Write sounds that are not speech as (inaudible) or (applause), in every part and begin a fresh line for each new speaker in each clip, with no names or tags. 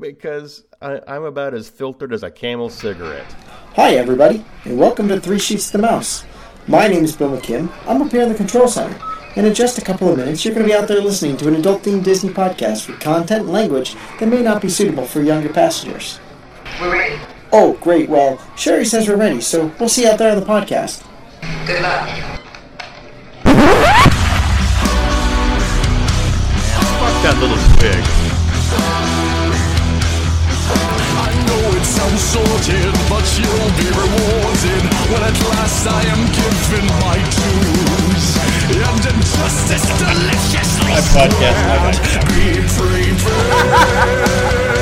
because I, I'm about as filtered as a camel cigarette.
Hi, everybody, and welcome to Three Sheets to the Mouse. My name is Bill McKim. I'm up here in the control center. And in just a couple of minutes, you're going to be out there listening to an adult themed Disney podcast with content and language that may not be suitable for younger passengers.
We're ready.
Oh, great. Well, Sherry says we're ready, so we'll see you out there on the podcast.
Good luck.
Fuck that little pig.
I know it sounds sorted, but you'll be rewarded when at last I am given my dues. And injustice deliciously
My podcast might
spread. Be prepared.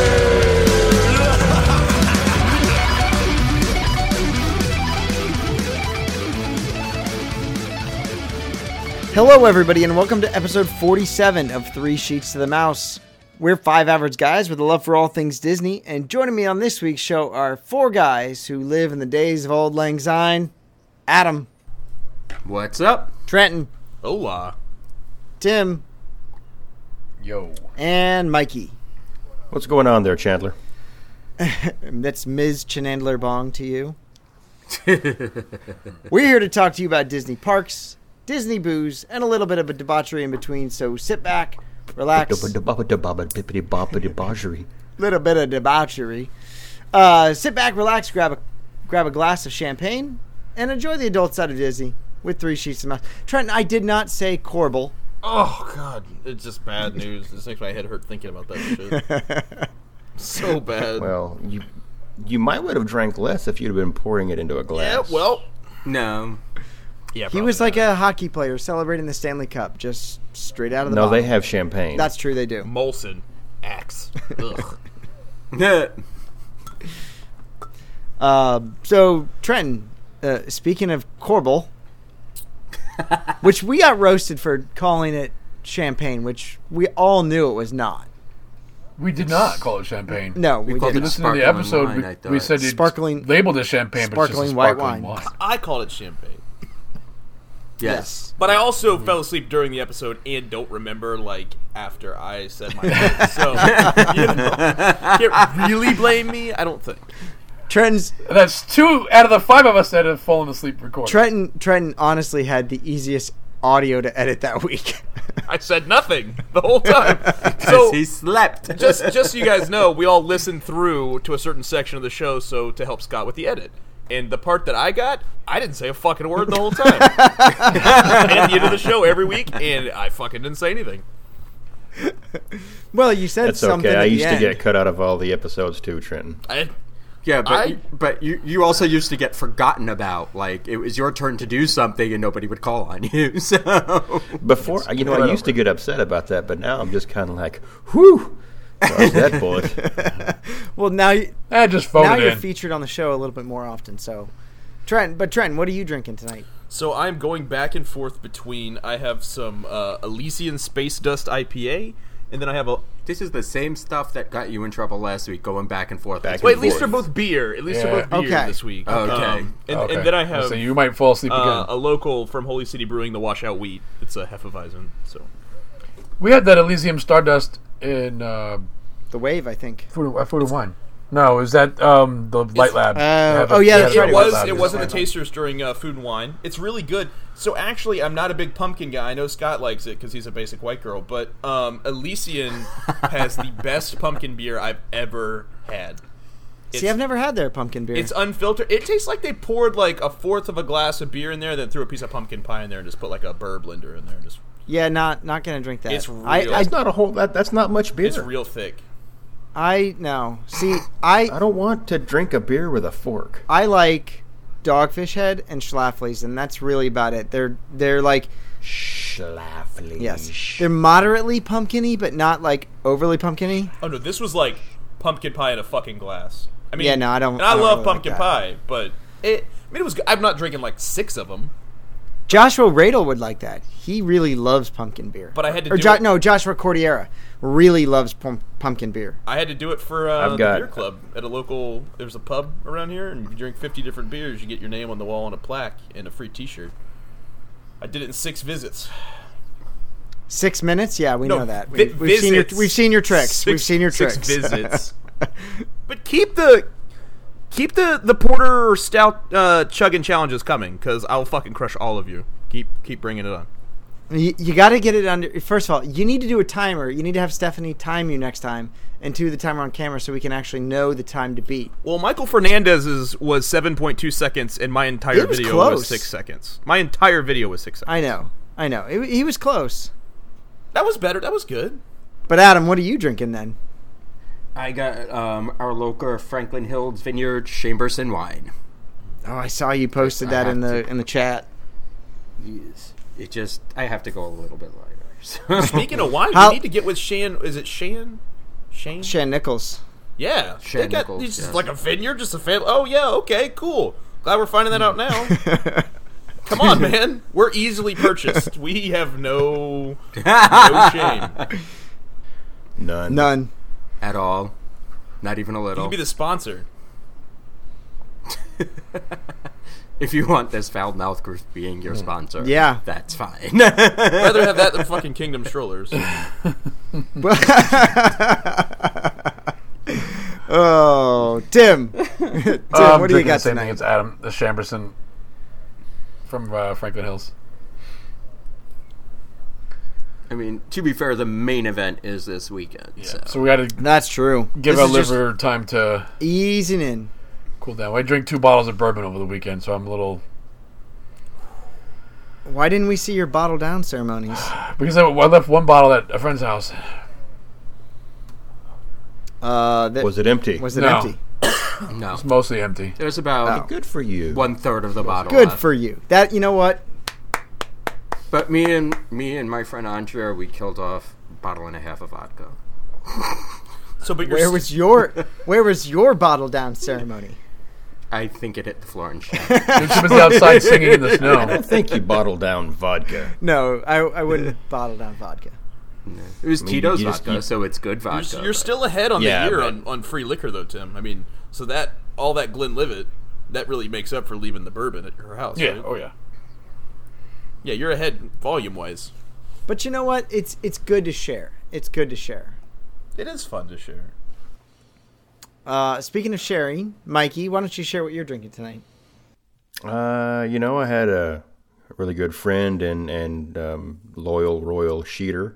Hello, everybody, and welcome to episode 47 of Three Sheets to the Mouse. We're five average guys with a love for all things Disney, and joining me on this week's show are four guys who live in the days of Old Lang Syne Adam,
What's up?
Trenton,
Hola.
Tim,
Yo.
and Mikey.
What's going on there, Chandler?
That's Ms. Chenandler Bong to you. (laughs) We're here to talk to you about Disney parks, Disney booze, and a little bit of a debauchery in between. So sit back, relax, a little bit of debauchery. Uh, sit back, relax, grab a grab a glass of champagne, and enjoy the adult side of Disney with three sheets of mouth. Trenton, I did not say Corbel.
Oh god, it's just bad news. This makes my head hurt thinking about that shit. so bad.
Well, you you might would have drank less if you'd have been pouring it into a
yeah,
glass.
well, no. Yeah,
He was like a hockey player celebrating the Stanley Cup, just straight out of the.
no,
bottle.
they have champagne.
That's true. They do.
Molson axe. Ugh.
Um, so Trenton, uh, speaking of
(laughs)
Corbel, which we got roasted for calling it champagne, which we all knew it was not.
We did not call it champagne.
No, we
If you
didn't.
listen to the
Sparkling
episode,
wine, I
we,
thought.
we said it
Sparkling-
labeled as champagne, but it's
sparkling
just a
white
sparkling
wine.
I called it champagne.
Yes.
But I also
Mm-hmm.
fell asleep during the episode and don't remember like after I said
(laughs)
my name. So you know, can't really blame me, I don't think.
Trenton's
That's two out of the five of us that have fallen asleep recording.
Trenton Trenton honestly had the easiest audio to edit that week. (laughs)
I said nothing (laughs) the whole time. So he slept. just just so you guys
(laughs)
know, we all listened through to a certain section of the show so to help Scott with the edit. And the part that I got, I didn't say a fucking word the whole time. and at the end of the show every week, and I fucking didn't say anything.
well, you said
That's
something.
okay.
at
I
the
used
end.
to get cut out of all the episodes too, Trenton.
I,
Yeah, but
I-
you, but you you also used to get forgotten about. Like it was your turn to do something, and nobody would call on you. (laughs) So
Before, you know, I used to get upset about that, but now I'm just kind of like, whew, dodged that bullet.
Well, now you,
I Eh, just
now
phoned
you're
in.
featured on the show a little bit more often. So, Trenton, but Trenton, what are you drinking tonight?
So I'm going back and forth between I have some uh, Elysian Space Dust IPA, and then I have a
this is the same stuff that got you in trouble last week, going back and forth.
Back
wait. At
and
least they're
forth.
both beer. At least
Yeah.
they're both beer
Okay.
this week. Um,
Okay.
and,
Okay.
and then I have
So you might fall asleep
uh, a
again.
local from Holy City Brewing, the Washout Wheat. It's a Hefeweizen. So
We had that Elysium Stardust in uh,
The Wave, I think.
Food, uh, food and Wine. No, is that um, the Light Lab? They have a-
oh, yeah,
they
that's
have
right.
a
it
It
Light
was
Lab
it
in
wasn't the
Atlanta.
tasters during uh, Food and Wine. It's really good. So actually, I'm not a big pumpkin guy. I know Scott likes it because he's a basic white girl. But um, Elysian
(laughs)
has the best pumpkin beer I've ever had. It's,
See, I've never had their pumpkin beer.
It's unfiltered. It tastes like they poured like a fourth of a glass of beer in there, then threw a piece of pumpkin pie in there, and just put like a burr blender in there. and Just
yeah, not not gonna drink that.
It's
I,
real.
I
That's not a whole. That, that's not much beer.
it's real thick.
I no. See, I
I don't want to drink a beer with a fork.
I like Dogfish Head and Schlafly's, and that's really about it. They're they're like
Schlafly.
yes, they're moderately pumpkiny, but not like overly pumpkiny.
Oh no, this was like pumpkin pie in a fucking glass. I mean,
Yeah, no, I don't-
And
I
I,
don't
love
really like
pumpkin
that.
pie, but it. I mean, it was. good. I'm not drinking like six of them.
Joshua Radel would like that. He really loves pumpkin beer.
But I had to
or
do
Jo-
it.
no Joshua Cordiera really loves pum- pumpkin beer.
I had to do it for uh,
I've
the
got-
beer club at a local. There's a pub around here, and you drink 50 different beers. You get your name on the wall on a plaque and a free T-shirt. I did it in six visits.
Six minutes? Yeah, we know that. We,
vi-
have seen your,
visits.
we've seen your tricks. we we've
Six-
seen your
six
tricks. (laughs)
visits. but keep the keep the the porter or stout uh, chugging challenges coming because I'll fucking crush all of you. Keep keep bringing it on.
You, got to get it under. First of all, you need to do a timer. You need to have Stephanie time you next time, and two, the timer on camera so we can actually know the time to beat.
Well, Michael Fernandez's was seven point two seconds, and my entire
It was
video
close.
was six seconds. My entire video was six seconds.
I know, I know. He- he was close.
that was better. That was good.
But Adam, what are you drinking then?
I got um, our local Franklin Hills Vineyard Chamberson wine.
Oh, I saw you posted that in the in the chat.
Yes. It just I have to go a little bit lighter. (laughs) so.
Speaking of wine,
How-
we need to get with Shan. Is it Shan? Shane?
Shan Nichols.
Yeah.
Shan
they got,
Nichols,
It's just
yes.
like a vineyard, just a family. Oh, yeah, okay, cool. Glad we're finding that
(laughs)
out now. Come on, man. We're easily purchased. We have no, no shame. You
None.
None.
At all, not even a little.
can be the sponsor.
if you want this foul mouth group being your sponsor,
Yeah.
that's fine. (laughs) I
Rather have that than fucking Kingdom Strollers.
Oh, Tim. Tim,
Um,
what do you
drinking the
got
same
tonight?
Thing as Adam, the Chamberson from uh, Franklin Hills.
mean, to be fair, the main event is this weekend. So.
So we got to
That's true.
give
This
our
is just
liver time to
easing in.
cool down. I drank two bottles of bourbon over the weekend, so I'm a little
Why didn't we see your bottle down ceremonies?
because I, I left one bottle at a friend's house.
Uh, that, was
Was it empty?
it,
No.
empty?
no,
It's
(laughs)
mostly empty.
there's about
Good for you.
one third of the bottle.
Good
left.
for you. That you know what?
But me and me and my friend Andrea, we killed off a bottle and a half of vodka.
So, but you're
Where was your where was your bottle down ceremony?
I think it hit the floor and shattered.
She was outside singing in the snow.
(laughs)
I think you bottled down vodka.
No, I, I wouldn't (laughs) bottle down vodka.
It was
mean,
Tito's
you just-
vodka,
you-
so it's good
you're,
vodka.
you're
but-
still ahead on
Yeah,
the year
but-
on, on free liquor, though, Tim. I mean, so that all that Glenlivet, that really makes up for leaving the bourbon at your house.
Yeah.
right?
Oh yeah.
yeah, you're ahead volume wise.
But you know what? It's it's good to share. It's good to share.
It is fun to share.
Uh, speaking of sharing, Mikey, why don't you share what you're drinking tonight?
Uh, you know, I had a really good friend and and um, loyal royal sheeter,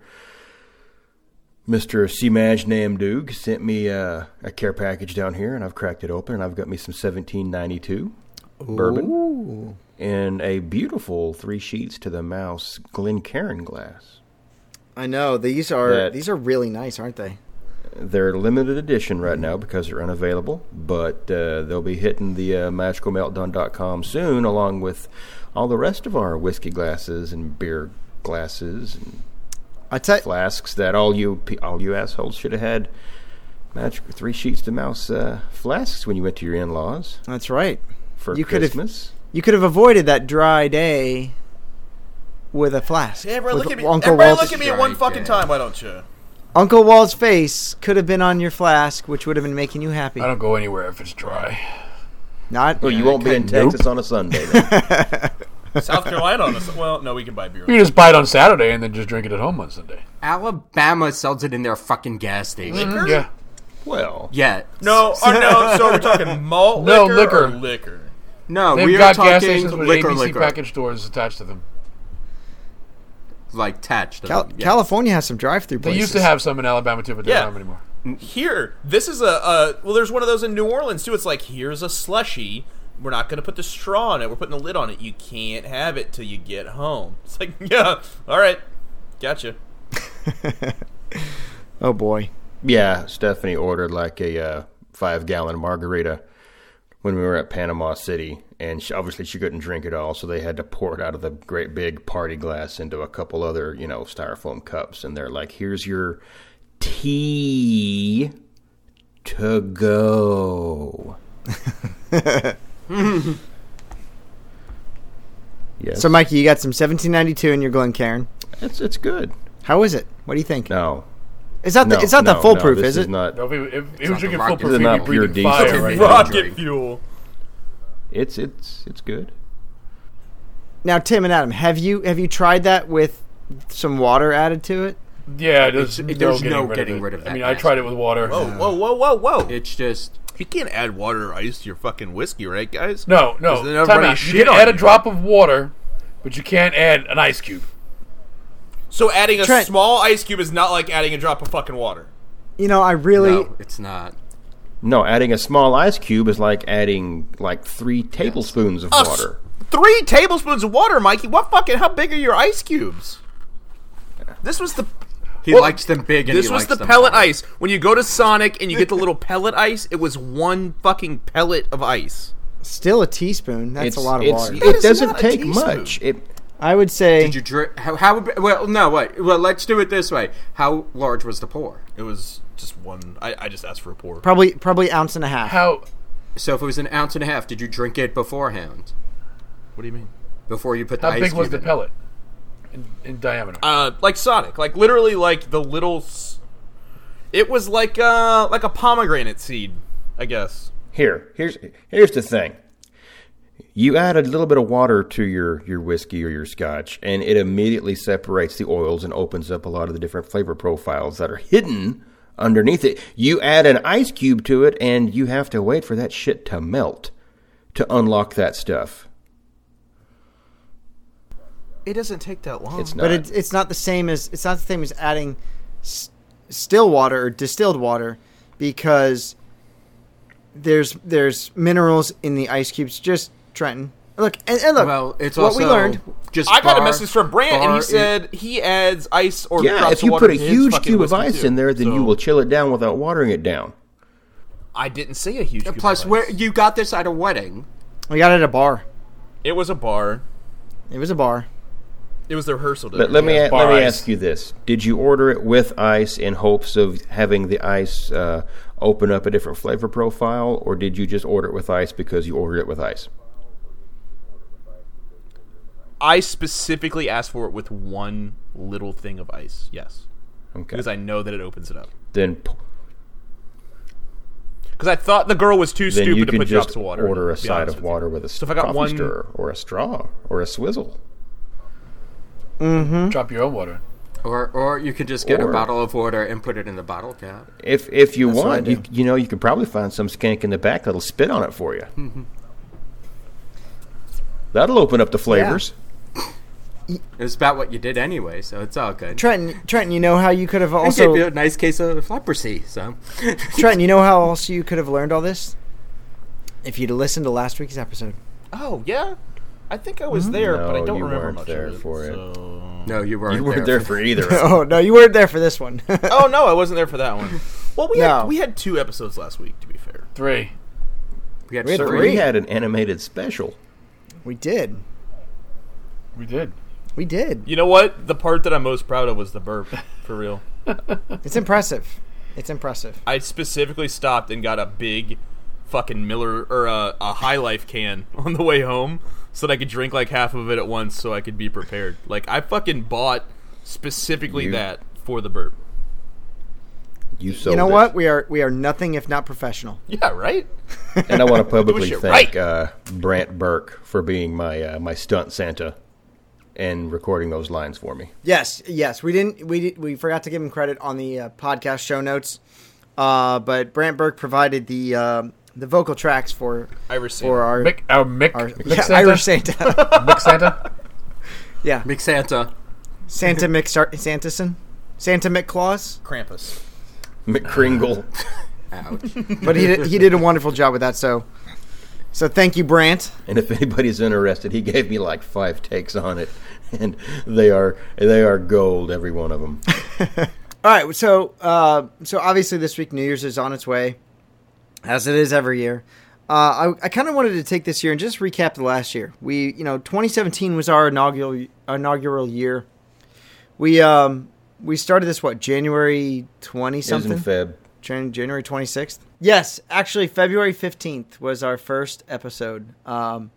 Mister Simaj Namdug, sent me uh, a care package down here, and I've cracked it open, and I've got me some 1792 bourbon in a beautiful three sheets to the mouse Glencairn glass.
I know these are
That-
these are really nice, aren't they?
They're limited edition right now because they're unavailable, but uh, they'll be hitting the uh, magicalmeltdown.com soon, along with all the rest of our whiskey glasses and beer glasses and
I tell
flasks that all you pe- all you assholes should have had. Magic three sheets to mouse uh, flasks when you went to your in-laws
that's right.
for
You could've-
Christmas.
You could have avoided that dry day with a flask.
Yeah, everyone
With
look at me.
Uncle
everybody
Walt's,
look at me at one
Right,
fucking
yeah.
time, why don't you?
Uncle Walt's face could have been on your flask, which would have been making you happy.
I don't go anywhere if it's dry.
Not
Well, Oh, you won't be in
Nope.
Texas on a Sunday. Then.
(laughs) South Carolina on us. Well, no, we can buy beer.
You just buy it on Saturday and then just drink it at home on Sunday.
Alabama sells it in their fucking gas station.
Liquor?
Yeah.
(laughs) well,
Yeah.
Mm-hmm. No, or no. (laughs) So we're talking malt
No,
liquor, or
liquor.
liquor.
No,
They've
we are
got
talking
gas stations with
liquor,
ABC
liquor,
package stores attached to them.
like attached. to
Cal-
them, yeah.
California has some drive-through
They
places.
used to have some in Alabama too, but they
Yeah.
don't have 'em anymore.
Here, this is a uh, well. There's one of those in New Orleans too. It's like here's a slushy. We're not going to put the straw on it. We're putting the lid on it. You can't have it till you get home. It's like (laughs) yeah, all right, gotcha.
Oh boy.
Yeah, Stephanie ordered like a uh, five gallon margarita when we were at Panama City, and she, obviously she couldn't drink it all, so they had to pour it out of the great big party glass into a couple other, you know, styrofoam cups, and they're like, "Here's your tea to go." (laughs) yes,
So, Mikey, you got some 1792 in your Glencairn.
it's it's good.
How is it? What do you think?
No,
It's not.
no,
the, it's not
no,
the
no,
foolproof,
this
is it?
Not,
No, if he, if he
not
was
the
drinking
rocket
full proof,
fuel.
he'd
Not
be
pure
breathing
diesel.
fire
Fucking
right now.
Rocket
drink.
fuel.
it's it's it's good.
Now, Tim and Adam, have you have you tried that with some water added to it?
Yeah, there's,
It's-
no
there's
getting,
no
rid,
getting
of it.
rid of
I
that
mean, I
nasty.
tried it with water.
Oh,
Whoa, whoa, whoa, whoa, whoa!
It's just
you can't add water or ice to your fucking whiskey, right, guys?
No, no.
'Cause then
Time
everybody
out. You
shit
can
on
add a drop of water, but you can't add an ice cube.
So adding a
Trent.
small ice cube is not like adding a drop of fucking water.
You know, I really
no, it's not.
No, adding a small ice cube is like adding like three tablespoons of
Us.
water.
Three tablespoons of water, Mikey. What fucking? How big are your ice cubes? This was the
He likes them big, and
This
he
was
likes
the
them
pellet
hard.
ice. When you go to Sonic and you get the little (laughs) pellet ice, it was one fucking pellet of ice.
still a teaspoon. That's
It's
a lot of
it's,
water.
It
is
doesn't
not a
take
teaspoon.
much. It
I would say
Did you drink? How, how? would- Well, no. Wait. Well, let's do it this way. How large was the pour?
It was just one. I, I just asked for a pour.
probably probably ounce and a half.
How?
So if it was an ounce and a half, did you drink it beforehand?
What do you mean?
Before you put the
How
ice
big was
cube
the
in it?
pellet in, in diameter?
Uh, like Sonic, like literally, like the little. S- it was like uh, like a pomegranate seed, I guess.
here here's here's the thing. You add a little bit of water to your your whiskey or your scotch, and it immediately separates the oils and opens up a lot of the different flavor profiles that are hidden underneath it. You add an ice cube to it, and you have to wait for that shit to melt to unlock that stuff.
It doesn't take that long.
It's not.
but it's it's not the same as it's not the same as adding s- still water or distilled water because there's there's minerals in the ice cubes. Just Trenton. Look and, and look.
Well, it's
what
also
we learned.
Just
I got a
bar-
message from Brant, and
bar
he
is-
said he adds ice or
yeah,
drops
if
of
you
water
put a
to his
huge
fucking
cube of
whiskey,
ice
too.
in there, then you
So-
will chill it down without watering it down.
I didn't see a huge. Cube
Plus,
of ice.
where you got this at a wedding?
we got it at a bar.
it was a bar.
It was a bar.
It was the rehearsal dinner.
Let, let me a- let
bar
me
ice.
ask you this: Did you order it with ice in hopes of having the ice uh, open up a different flavor profile, or did you just order it with ice because you ordered it with ice?
I specifically asked for it with one little thing of ice. Yes,
Okay.
because I know that it opens it up.
then p-
Because I thought the girl was too
then
stupid
you
to
can
put drops
just
of water. in
order
it,
a
to be
side
honest
of
with you.
water with a
So if I got
coffee
one-
stirrer or a straw or a swizzle.
Drop your own water.
Or, or you could just get
Or-
a bottle of water and put it in the bottle cap.
If if you
what I
want, you,
do.
you know you could probably find some skank in the back that'll spit on it for you.
Mm-hmm.
that'll open up the flavors.
It's about what you did anyway, so it's all good.
Trenton, Trenton, you know how you could have
also,
also
gave you a nice case of leprosy. So, (laughs)
Trenton, you know how else you could have learned all this? If you'd listened to last week's episode.
Oh yeah, I think I was there, but I
Mm-hmm. No,
don't
you
remember
weren't
much
there
of it.
for it.
so-
(laughs)
no, you weren't.
You weren't
there.
there for either. of them.
(laughs) Oh no, you weren't there for this one. (laughs)
Oh no, I wasn't there for that one. Well, we
No.
had we had two episodes last week. To be fair,
Three.
We had
We had
three.
We had an animated special.
we did.
We did.
We did.
you know what? The part that I'm most proud of was the burp. For real,
It's impressive. It's impressive.
I specifically stopped and got a big fucking Miller or a, a High Life can (laughs) on the way home so that I could drink like half of it at once, so I could be prepared. Like I fucking bought specifically
You-
that for the burp. (laughs)
You sold
you know
it.
what? We are we are nothing if not professional.
Yeah, right.
And I want to publicly
shit
thank
right.
uh, Brant Burke for being my uh, my stunt Santa and recording those lines for me.
Yes, yes. We didn't we did, we forgot to give him credit on the uh, podcast show notes. Uh, but Brant Burke provided the uh, the vocal tracks for
Irish Santa.
for our,
Mick, our Mick,
our (laughs)
Mick
yeah,
Santa?
Irish (laughs) Santa.
Mick
(laughs)
Santa.
yeah.
Big Santa.
Santa Mick Sar- Santason. Santa McClaus.
Krampus.
McCringle.
Ouch.
But he did, he did a wonderful job with that. So, so thank you, Brant.
and if anybody's interested, he gave me like five takes on it, and they are they are gold, every one of them.
All right. So, uh, so obviously this week New Year's is on its way, as it is every year. Uh, I, I kind of wanted to take this year and just recap the last year. We, you know, 2017 was our inaugural inaugural year. We um we started this what January 20
Isn't
something.
Feb?
Jan- January 26th. Yes, actually, February 15th was our first episode. Um,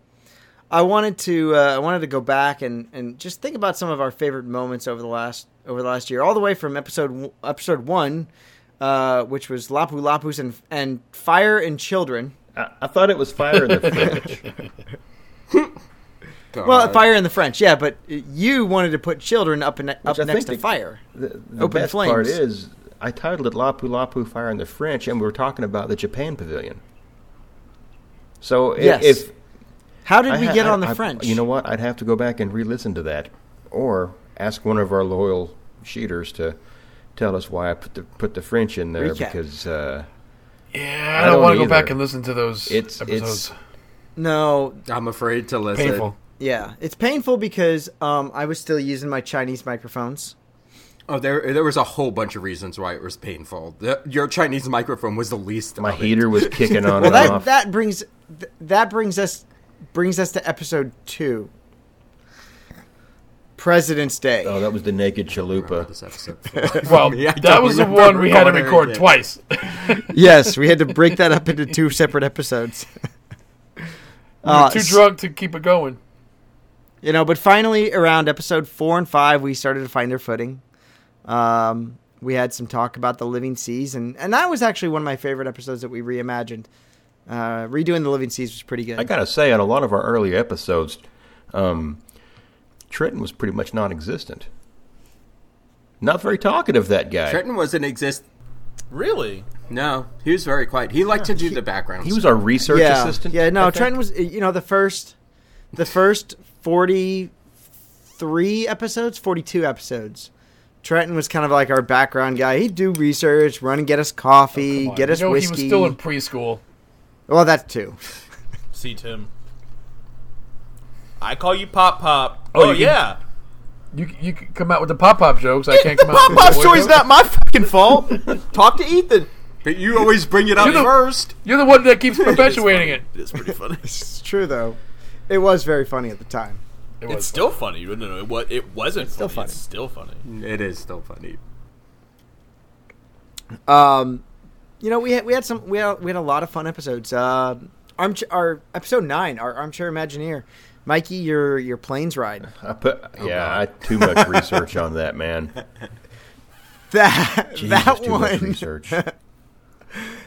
I wanted to uh, I wanted to go back and, and just think about some of our favorite moments over the last over the last year, all the way from episode w- episode one, uh, which was Lapu Lapus and and fire and children.
I, I thought it was fire in the fridge.
God.
Well, fire in the French, yeah, but you wanted to put children up and up
I
next
think
to
the-
fire.
The, the
Open
best part
flames.
is, I titled it Lapu Lapu Fire in the French, and we were talking about the Japan Pavilion. So i-
Yes.
if
How did
I
we
ha-
get
I-
on the
I-
French?
You know what? I'd have to go back and re-listen to that, or ask one of our loyal sheeters to tell us why I put the put the French in there
Recap.
because uh,
Yeah,
I
I don't
don't
want to go
either.
back and listen to those
It's- (laughs)
episodes.
it's-
no,
I'm afraid to listen.
Painful.
yeah, it's painful because um, I was still using my Chinese microphones.
Oh, there there was a whole bunch of reasons why it was painful. The, your Chinese microphone was the least.
my
of it.
heater was kicking on
Well,
and
that
off.
that brings th- that brings us brings us to episode two, President's Day.
oh, that was the naked chalupa.
This episode.
Well,
Yeah, I
that
don't
was the
remember
one we had to
recording
record
anything.
twice.
yes, we had to break that up into two separate episodes.
(laughs)
Uh,
Too
s-
drunk to keep it going.
You know, but finally, around episode four and five, we started to find our footing. Um, we had some talk about the Living Seas, and, and that was actually one of my favorite episodes that we reimagined. Uh, redoing the Living Seas was pretty good.
I gotta say, on a lot of our earlier episodes, um, Trenton was pretty much non-existent. Not very talkative, that guy.
Trenton wasn't exist.
Really?
No, he was very quiet. He liked to do the background.
he was our research
yeah,
assistant.
yeah.
I
No,
think.
Trent was. uh, You know, the first, the first forty-three episodes, forty-two episodes. Trenton was kind of like our background guy. He'd do research, run and get us coffee,
Oh, Come on.
get us
you know,
whiskey.
He was still in preschool.
well, that too. (laughs)
See Tim. I call you Pop Pop.
Oh,
Oh,
you-
yeah.
You you could come out with the pop pop jokes. I can't
The
come out.
(laughs)
pop
with
pop
the boy
story's
jokes.
not my fucking fault. Talk to Ethan.
but you always bring it up
You know-
first.
You're the one that keeps (laughs) perpetuating it.
It's pretty funny.
It's true though. It was very funny at the time.
It
it's
was.
still funny. No, no, no. It, wa- it wasn't
still
funny. It's
funny.
still funny.
It is still funny.
Um, you know, we had we had some we had, we had a lot of fun episodes. Uh, armch- our episode nine, our armchair Imagineer, Mikey, your your planes
(laughs)
ride.
I put,
Oh,
yeah, I too
(laughs)
much research on that man.
That
Jesus,
that
too much
one (laughs)
research.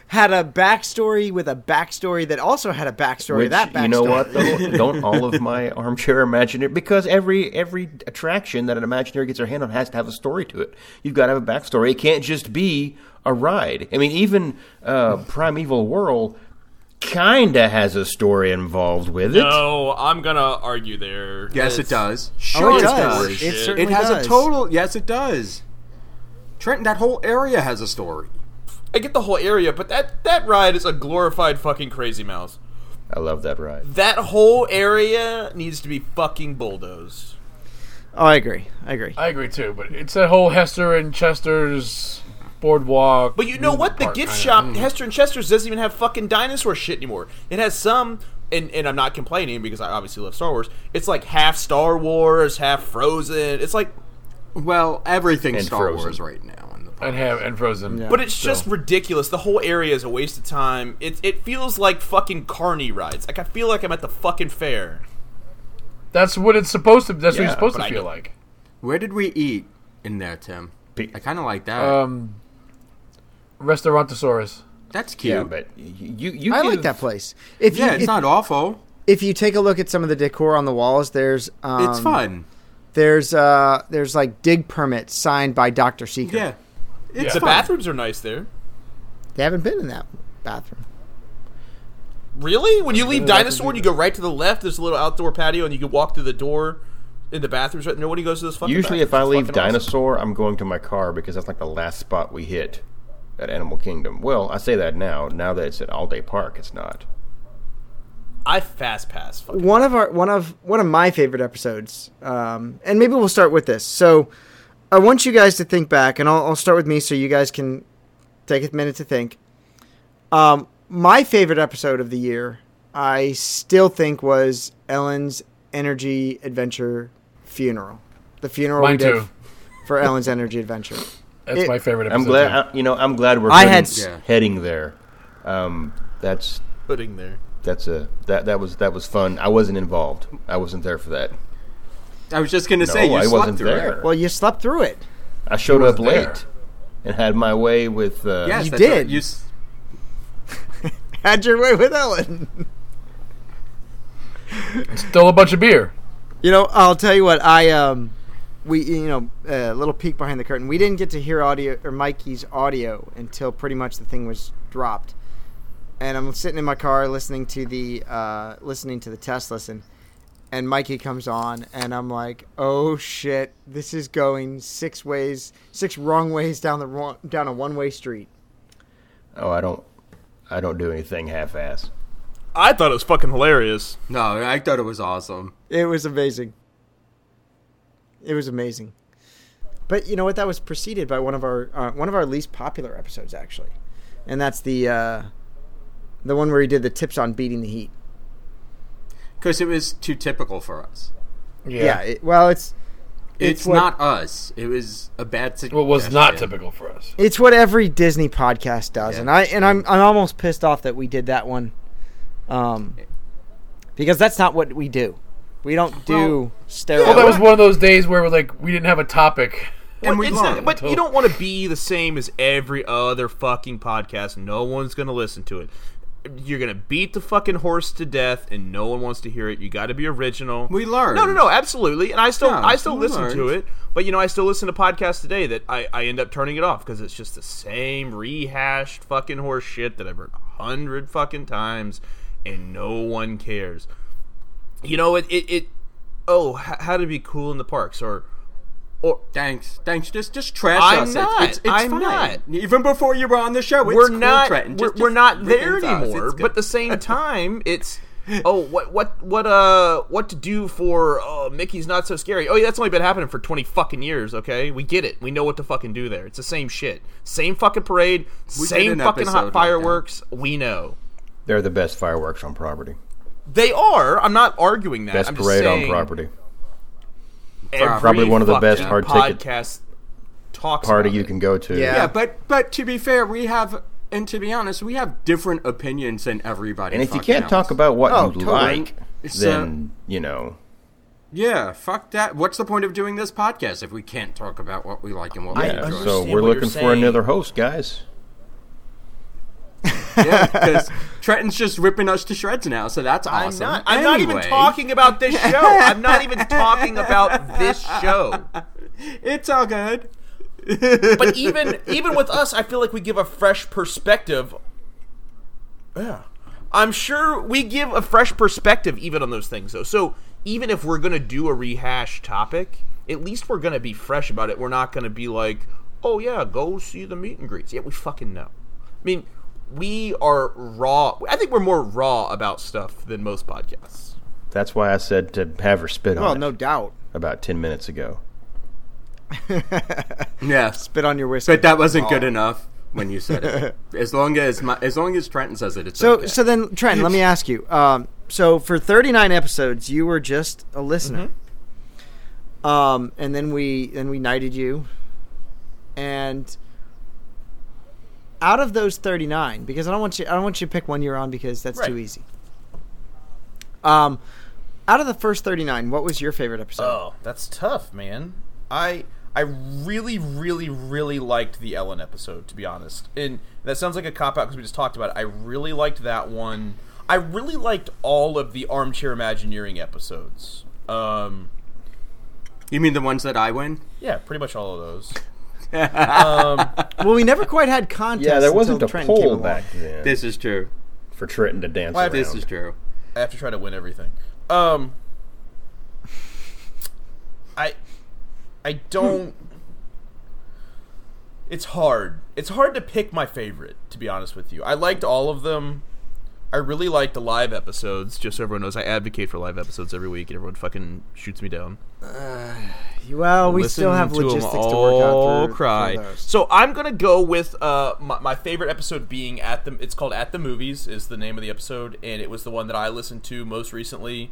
had a backstory with a backstory that also had a backstory.
Which,
that backstory.
you know what though? don't all of my armchair imagineer because every every attraction that an imagineer gets their hand on has to have a story to it you've got to have a backstory it can't just be a ride i mean even uh, primeval whirl kinda has a story involved with it
No, I'm gonna argue there.
Yes,
It's-
it does.
Oh,
Sure,
it
it
does.
does.
It
It
certainly
It has
does.
a total. Yes, it does. Trenton, that whole area has a story.
I get the whole area, but that that ride is a glorified fucking crazy mouse.
i love that ride
That whole area needs to be fucking bulldozed.
Oh, I agree. I agree.
I agree too, but it's that whole Hester and Chester's boardwalk.
But you know what? The
park
gift
kinda-
shop, Hester and Chester's, doesn't even have fucking dinosaur shit anymore. It has some, and, and I'm not complaining because I obviously love Star Wars. It's like half Star Wars, half Frozen. It's like,
Well, everything's
And
Star
Frozen.
Wars right now. In the
and have and frozen.
but it's just
So-
ridiculous. The whole area is a waste of time. It it feels like fucking carny rides. Like I feel like I'm at the fucking fair.
That's what it's supposed to. That's what
Yeah,
you're supposed
but
to
I
feel
know.
like.
Where did we eat in there, Tim?
Pe-
I kind of like that.
Um, Restaurantosaurus.
That's cute.
yeah
Yeah,
but you you
I like
give-
that place. If you
it's
if,
not awful.
if you take a look at some of the decor on the walls, there's um,
It's fun.
There's uh there's like dig permits signed by Doctor Seeker.
Yeah, it's
Yeah.
The
fun.
bathrooms are nice there.
They haven't been in that bathroom.
Really? When you leave
that's
Dinosaur and you go right to the left, there's a little outdoor patio, and you can walk through the door in the bathrooms. Right? Nobody goes to this fucking.
usually if i
bathrooms. It's
leave
fucking awesome.
dinosaur i'm going to my car because that's like the last spot we hit at animal kingdom well i say that now now that it's at all day park it's not
I fast pass. Fucking
One of our one of one of my favorite episodes. Um, and maybe we'll start with this. So I want you guys to think back, and I'll, I'll start with me so you guys can take a minute to think. Um, my favorite episode of the year, I still think, was Ellen's Energy Adventure funeral. The funeral
Mine
we did
too.
f- for Ellen's Energy Adventure.
That's
It-
my favorite. Episode
I'm glad. I, you know, I'm glad we're
I
heading,
had-
Yeah.
heading there. Um, that's
pudding there.
that's a that that was that was fun. I wasn't involved. I wasn't there for that.
I was just gonna
No,
say you
I
slept
wasn't
through
there.
it.
Well, you slept through it. (laughs)
I showed up
was
late
there.
and had my way with. Uh,
Yes,
You
that's right.
did.
You s-
Had your way with Ellen.
Stole a bunch of beer.
You know, I'll tell you what. I um, we you know a little peek behind the curtain. We didn't get to hear audio or Mikey's audio until pretty much the thing was dropped. And I'm sitting in my car listening to the uh, listening to the test listen, and Mikey comes on, and I'm like, "Oh shit, this is going six ways, six wrong ways down the wrong, down a one way street."
Oh, I don't, I don't do anything half-ass.
I thought it was fucking hilarious.
No, I thought it was awesome.
It was amazing. It was amazing. But you know what? That was preceded by one of our uh, one of our least popular episodes, actually, and that's the uh, the one where he did the tips on beating the heat.
Because it was too typical for us.
Yeah. it, well, it's
It's,
what-
not us. It was a bad suggestion.
What was not typical for us.
it's what every Disney podcast does,
Yeah.
and I and I'm I'm almost pissed off that we did that one, um, because that's not what we do. We don't do stereotypical.
Well, that was one of those days where like we didn't have a topic.
And we
It's not-
learned.
but you don't want to be the same as every other fucking podcast. No one's going to listen to it. You're going to beat the fucking horse to death, and no one wants to hear it. You got to be original.
We learned.
No, no, no, absolutely. And I still,
Yeah,
I still
we
listen to
learned.
it. But you know, I still listen to podcasts today that I, I end up turning it off because it's just the same rehashed fucking horse shit that I've heard a hundred fucking times, and no one cares. You know, it, it, it oh, h- how to be cool in the parks or. Or,
Thanks, thanks. Just, just trash
I'm
us. It's-
not.
It's, it's
I'm
fine.
not.
Even before you were on the show, it's
we're
cool,
not
Trenton. Just-
we're,
just
we're not
bring
there
it to us.
anymore.
It's good.
But at the same
(laughs)
time, it's oh what what what uh what to do for oh Mickey's not so scary. Oh yeah, that's only been happening for twenty fucking years. Okay, we get it. We know what to fucking do there. It's the same shit, same fucking parade,
did
same
an
fucking
episode on
hot
that.
fireworks. we know
They're the best fireworks on property.
they are. I'm not arguing that.
Best
I'm just
parade on
saying
property.
every
Probably one of the best
fucking
hard ticket
podcast talks
Party
about
you
it.
can go to.
Yeah.
yeah, but but to be fair, we have, and to be honest, we have different opinions than everybody.
And if you
fucking
can't
else.
talk about what
Oh,
you
totally.
like,
It's,
then you know.
yeah, fuck that. What's the point of doing this podcast if we can't talk about what we like and what we
Yeah.
enjoy?
So
understand
we're
what you're
looking for
saying.
another host, guys.
Yeah, because Trenton's just ripping us to shreds now, so that's
I'm
awesome.
not. I'm not even
Anyway,
talking about this show. I'm not even talking about
(laughs)
this show.
It's all good.
but even even with us, I feel like we give a fresh perspective. Yeah, I'm sure we give a fresh perspective even on those things, though. So even if we're gonna do a rehash topic, at least we're gonna be fresh about it. We're not gonna be like, oh yeah, go see the meet and greets. Yeah, we fucking know. I mean, we are raw. I think we're more raw about stuff than most podcasts.
That's why I said to have her spit on
well,
it
no doubt.
about ten minutes ago.
Yes,
Spit on your whiskey.
but that wasn't good
Oh.
enough when you
(laughs)
said it. As long as my, as long as Trenton says it, it's
So
okay.
so then Trent,
(laughs)
let me ask you. Um, so for 39 episodes, you were just a listener.
Mm-hmm.
Um, and then we then we knighted you. And out of those 39, because I don't want you I don't want you to pick one you're on because that's too
Right.
easy. Um, out of the first 39, what was your favorite episode?
Oh, that's tough, man. I I really, really, really liked the Ellen episode, to be honest. And that sounds like a cop out because we just talked about it. I really liked that one. I really liked all of the armchair Imagineering episodes. Um,
you mean the ones that I win?
yeah, pretty much all of those.
Well, we never quite had contests.
Yeah, there wasn't
until
a
Trent came
poll
along.
back then
This is true.
for Trenton to dance
Why-
around.
This is true.
I have to try to win everything. Um, I, I don't. It's hard. It's hard to pick my favorite, to be honest with you. I liked all of them. I really liked the live episodes. Just so everyone knows, I advocate for live episodes every week, and everyone fucking shoots me down.
Well, we still
Listen
have
to 'em
logistics to work
all
out. For,
cry.
For those.
So I'm gonna go with uh, my, my favorite episode being at the. It's called "At the Movies" is the name of the episode, and it was the one that I listened to most recently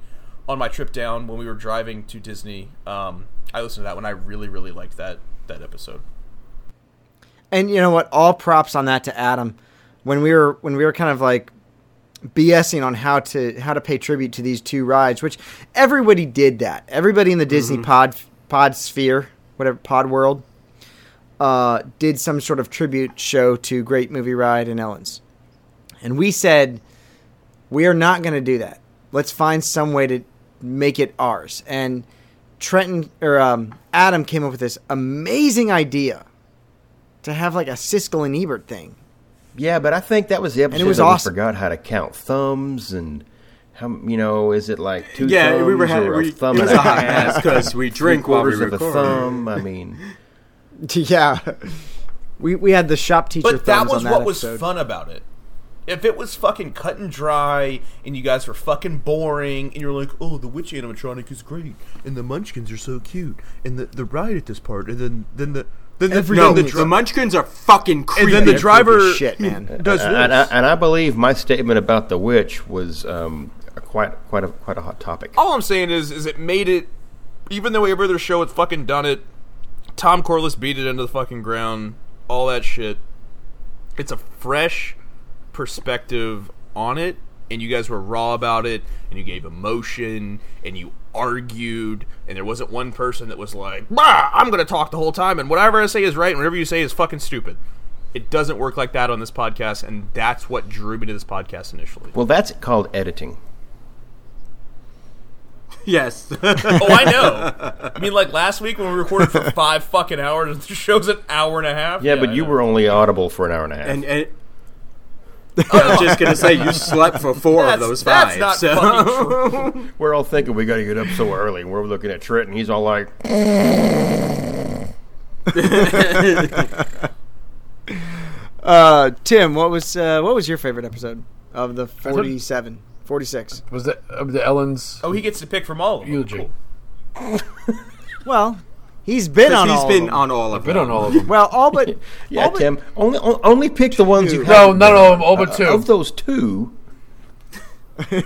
on my trip down when we were driving to Disney. Um, I listened to that one. I really, really liked that that episode.
And you know what? All props on that to Adam. When we were when we were kind of like BSing on how to how to pay tribute to these two rides, which everybody did that. Everybody in the Disney pod pod sphere, whatever pod world, uh, did some sort of tribute show to Great Movie Ride and Ellen's. And we said we are not going to do that. Let's find some way to make it ours. And Trenton or um, Adam came up with this amazing idea to have like a Siskel and Ebert thing.
Yeah, but I think that was the episode
was
that
awesome.
we forgot how to count thumbs and how you know is it like two
Yeah,
thumbs
we were having
or
we,
a thumb
it
and
was
a
a hot
half,
mess because we
three
drink while we
quarters
record.
of a thumb. I mean,
(laughs) yeah. We, we had the shop teacher
But that
thumbs
was
on that
what
episode.
was fun about it. If it was fucking cut and dry, and you guys were fucking boring, and you were like, "Oh, the witch animatronic is great, and the Munchkins are so cute, and the the ride at this part, and then then the then the,
No,
then
the,
the, dri-
Munchkins are fucking creepy.
then the
They're
driver-
creepy as
Shit, man.
(laughs) does this."
Uh, and I, and I believe my statement about the witch was um, a quite quite a quite a hot topic.
Oh.
All I'm saying is, is it made it, even though every other show had fucking done it, Tom Corliss beat it into the fucking ground, all that shit. It's a fresh perspective on it, and you guys were raw about it, and you gave emotion, and you argued, and there wasn't one person that was like, "Bah, I'm gonna talk the whole time, and whatever I say is right, and whatever you say is fucking stupid." It doesn't work like that on this podcast, and that's what drew me to this podcast initially.
Well, that's called editing.
Yes. (laughs)
Oh, I know. I mean, like last week when we recorded for five fucking hours, the show's an hour and a half.
Yeah, but
I
you
know.
were only audible for an hour and a half.
and, and I was just gonna say you slept for four
That's,
of those
that's
five.
not
so- (laughs)
fucking true.
we're all thinking we got to get up so early. and We're looking at Trent, and he's all like,
Uh, Tim, what was uh, what was your favorite episode of the 47, (laughs) 46?
Was that uh, the Ellen's
Oh, he gets to pick from all of them.
eulogy?
Cool.
Well, he's been on
he's
all
been
of them.
on all of
Been
them.
on all of them.
Well, all but
"Yeah,
all but-
Tim, only on- only pick the ones you
No,
no,
haven't
none
been
of them.
on.
All but
Uh,
two.
Of those two,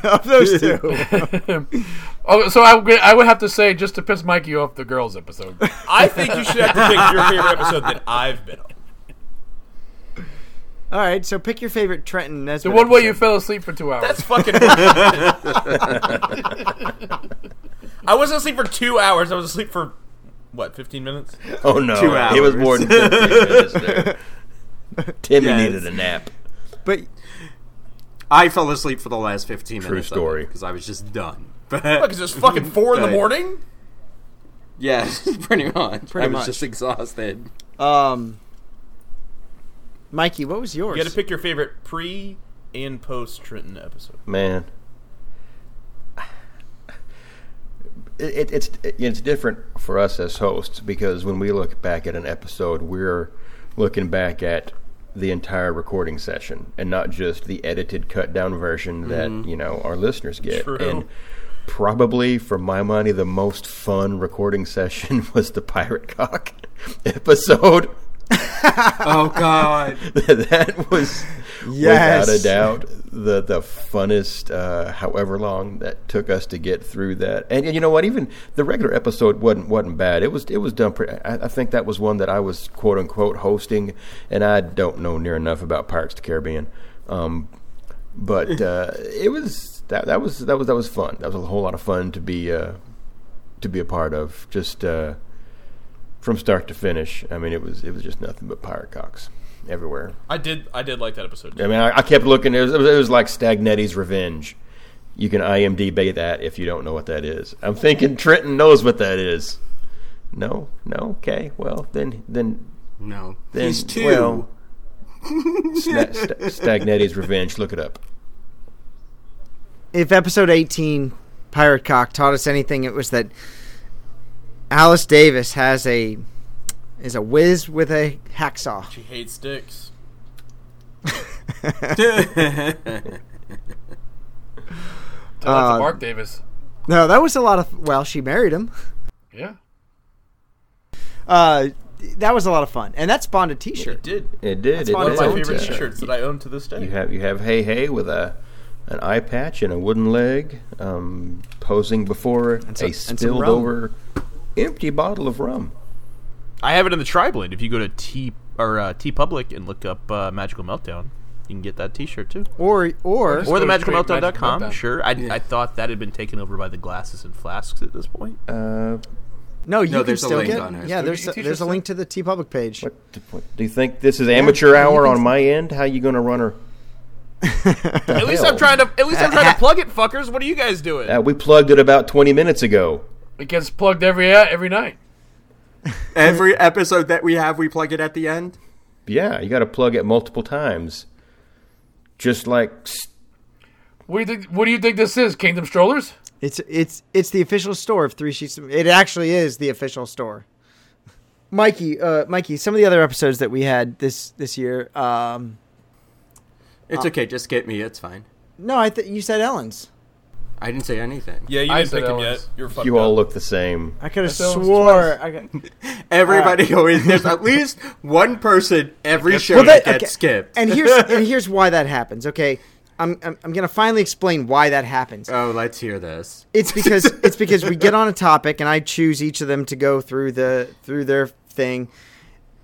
of those two.
Oh, so I, would- I would have to say just to piss Mikey off the girls episode.
I think you should have to pick your favorite episode that I've been on.
All right, so pick your favorite Trenton Nesbitt.
The one where you
episode.
fell asleep for two hours.
That's
(laughs)
fucking. I wasn't asleep for two hours. I was asleep for what, fifteen minutes?
Oh no,
Two
it was
hours.
more than 15 minutes (laughs) there. Timmy
Yes.
needed a nap.
But
I fell asleep for the last fifteen minutes.
story.
Because I was just done. (laughs)
Because it's fucking four in the
Right.
morning.
yes, (laughs) pretty much. I was
much.
just exhausted.
um, Mikey, what was yours?
You got to pick your favorite pre and post Trenton episode.
man. It, it, it's it- it's different for us as hosts because when we look back at an episode, we're looking back at the entire recording session and not just the edited, cut down version that you know our listeners get.
True.
And probably, for my money, the most fun recording (laughs) session was the pirate cock (laughs) episode.
Oh God.
(laughs) that was
Yes.
without a doubt the the funnest uh, however long that took us to get through that and, and you know what even the regular episode wasn't wasn't bad it was it was done pretty I, I think that was one that I was quote unquote hosting and I don't know near enough about Pirates of the Caribbean um, but uh, it was that that was that was that was fun that was a whole lot of fun to be uh, to be a part of just uh, from start to finish I mean it was it was just nothing but pirate cocks everywhere
I did. I did like that episode.
I mean, I, I kept looking. It was, it was- it was like Stagnetti's Revenge. You can IMDb that if you don't know what that is. I'm thinking Trenton knows what that is. No, no, okay, well then, then,
No.
then.
He's two. (laughs)
Well, Sna- St- Stagnetti's Revenge. Look it up.
if episode 18 pirate cock taught us anything it was that alice davis has a is a whiz with a hacksaw
She hates dicks.
Oh, that's
Uh,
a Mark Davis.
no that was a lot of well she married him
Yeah.
uh that was a lot of fun and that spawned a t-shirt
Did
It did. it
one
one
of
of
did.
my
It's
favorite
Uh,
T-shirts that I own to this
You
day.
have you have hey hey with a an eye patch and a wooden leg, um, posing before
some-
a
and some
spilled
rum.
over empty bottle of rum.
I have it in the Triblade. If you go to T or uh, T Public and look up uh, Magical Meltdown, you can get that T-shirt too,
or or
or the
go straight
MagicalMeltdown.com.
Magical Meltdown.
Sure, I, I thought that had been taken over by the glasses and flasks at this point.
Uh,
no you
No,
can
there's a
still
link
get
on it.
yeah there's a,
T-shirts
there's a link to the t public page
What, do you think this is amateur
you
hour
can-
on my end? How you going to run her?
At least I'm trying to. At least
(laughs)
I'm trying to plug it, fuckers. What are you guys doing?
Uh, we plugged it about 20 minutes ago.
It gets plugged every uh, every night.
(laughs) Every episode that we have, we plug it at the end.
Yeah, you got to plug it multiple times. Just like s-
What do you think? What do you think this is? Kingdom Strollers?
It's it's it's the official store of Three Sheets. It actually is the official store. Mikey, uh, Mikey, some of the other episodes that we had this this year. Um,
Uh.
It's okay. Just get me. It's fine.
no, I th- you said Ellen's.
I didn't say anything.
Yeah, you
I
didn't
said
pick him
that
yet.
was-
You're fucked
you all
up.
look the same.
I could have
said Ellen's
swore. I got-
Everybody always there's at least one person every show
Well,
that,
that-
gets
okay.
skipped.
and here's and here's why that happens. Okay, I'm, I'm I'm gonna finally explain why that happens.
oh, let's hear this.
It's (laughs) because it's because we get on a topic and I choose each of them to go through the through their thing,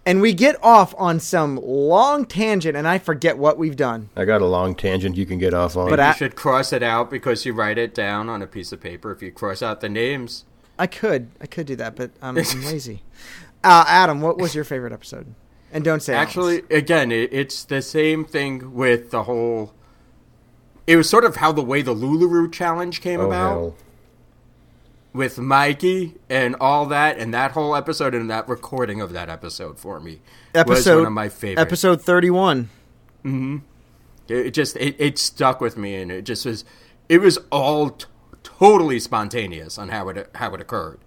and we get off on some long tangent, and I forget what we've done.
I got a long tangent you can get off on.
But
You
I-
should cross it out because you write it down on a piece of paper. If you cross out the names,
I could I could do that, but I'm, (laughs) I'm lazy. Uh, Adam, what was your favorite episode? And don't say Ellen's.
actually, again, it, it's the same thing with the whole. It was sort of how the way the Lularoe challenge came
oh,
about
hell.
with Mikey and all that, and that whole episode and that recording of that episode for me was
episode
one of my favorites.
episode thirty one.
It it just it, it stuck with me, and it just was. It was all t- totally spontaneous on how it how it occurred,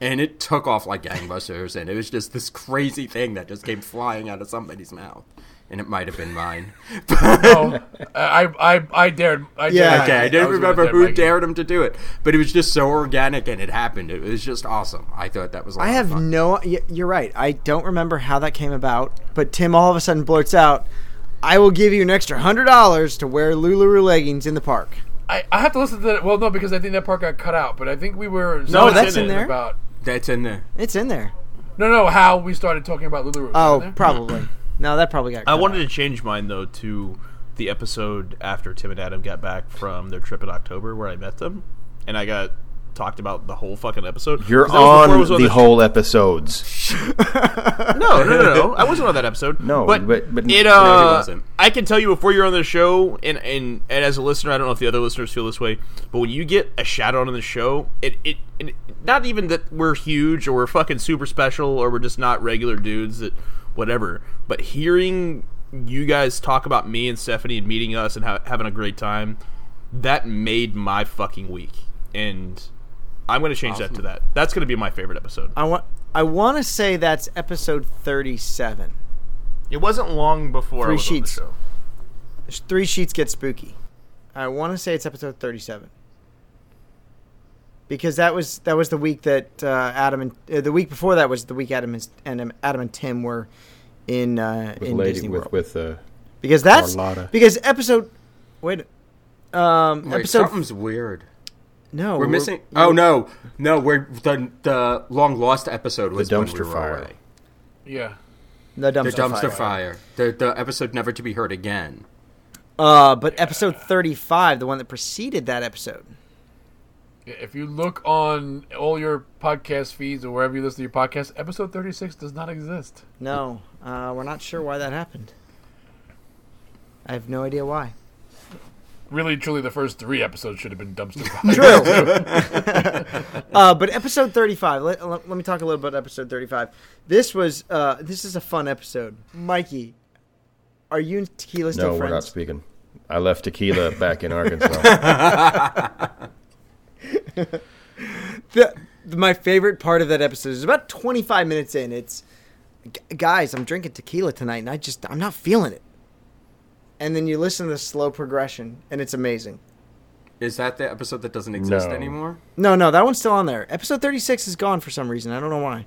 and it took off like gangbusters, and it was just this crazy thing that just came flying out of somebody's mouth, and it might have been mine. (laughs)
No, I, uh, I I dared. I
Yeah.
(laughs) dared,
okay, I didn't
was gonna
remember
dare
who
Mikey.
dared him to do it, but it was just so organic, and it happened. It was just awesome. I thought that was. a lot
I
of
have
fun.
no. y- You're right. I don't remember how that came about, but Tim all of a sudden blurts out, "I will give you an extra hundred dollars to wear Lululemon leggings in the park."
I, I have to listen to that. Well, no, because I think that part got cut out. But I think we were
No,
zoned
Oh, that's in
there.
about
That's in there.
It's in there.
no, no. How we started talking about Lulu?
Oh,
(clears throat)
probably. No, that probably got.
I
cut
wanted
out.
to change mine though to the episode after Tim and Adam got back from their trip in October where I met them, and I got talked about the whole fucking episode.
You're
'Cause that was
on
before I
the,
was on
whole episodes.
No, no, no, no. I wasn't on that episode.
(laughs) No,
but
but- but-
it.
No,
Uh,
he wasn't.
I can tell you before you're on the show, and, and and as a listener, I don't know if the other listeners feel this way, but when you get a shout out on the show, it it, and it not even that we're huge or we're fucking super special or we're just not regular dudes that whatever, but hearing you guys talk about me and Stephanie and meeting us and ha- having a great time, that made my fucking week, and I'm gonna change that to that. That's gonna be my favorite episode.
I want. I want to say that's episode thirty-seven.
It wasn't long before
Three
I was on the
sheets.
show.
There's Three sheets get spooky. I want to say it's episode thirty-seven. Because that was that was the week that uh, Adam and uh, the week before that was the week Adam and, and Adam and Tim were in uh,
With
in
lady,
Disney
with
World.
with uh,
because that's
Carlotta.
because episode wait um
Wait,
episode
something's weird.
no
We're missing. Oh no, no, we're the the long lost episode was when we
dumpster
were
fire.
away.
yeah.
the dumpster,
The dumpster
fire.
fire. The the episode never to be heard again.
uh but episode 35 the one that preceded that episode
If you look on all your podcast feeds or wherever you listen to your podcast, episode 36 does not exist.
no uh we're not sure why that happened I have no idea why
(laughs)
Really, truly, the first three episodes should have been dumpster
(laughs)
(laughs)
fire.
true uh but episode 35 let, let, let me talk a little about episode 35 this was uh this is a fun episode Mikey are you and Tequila
no,
still
we're
friends
not speaking. I left
(laughs)
tequila back in Arkansas.
the, the- my favorite part of that episode is about 25 minutes in. It's "Gu- guys, I'm drinking tequila tonight, and I just I'm not feeling it. And then you listen to the slow progression, and it's amazing.
Is that the episode that doesn't exist anymore?
No, no, that one's still on there. Episode 36 is gone for some reason. I don't know why.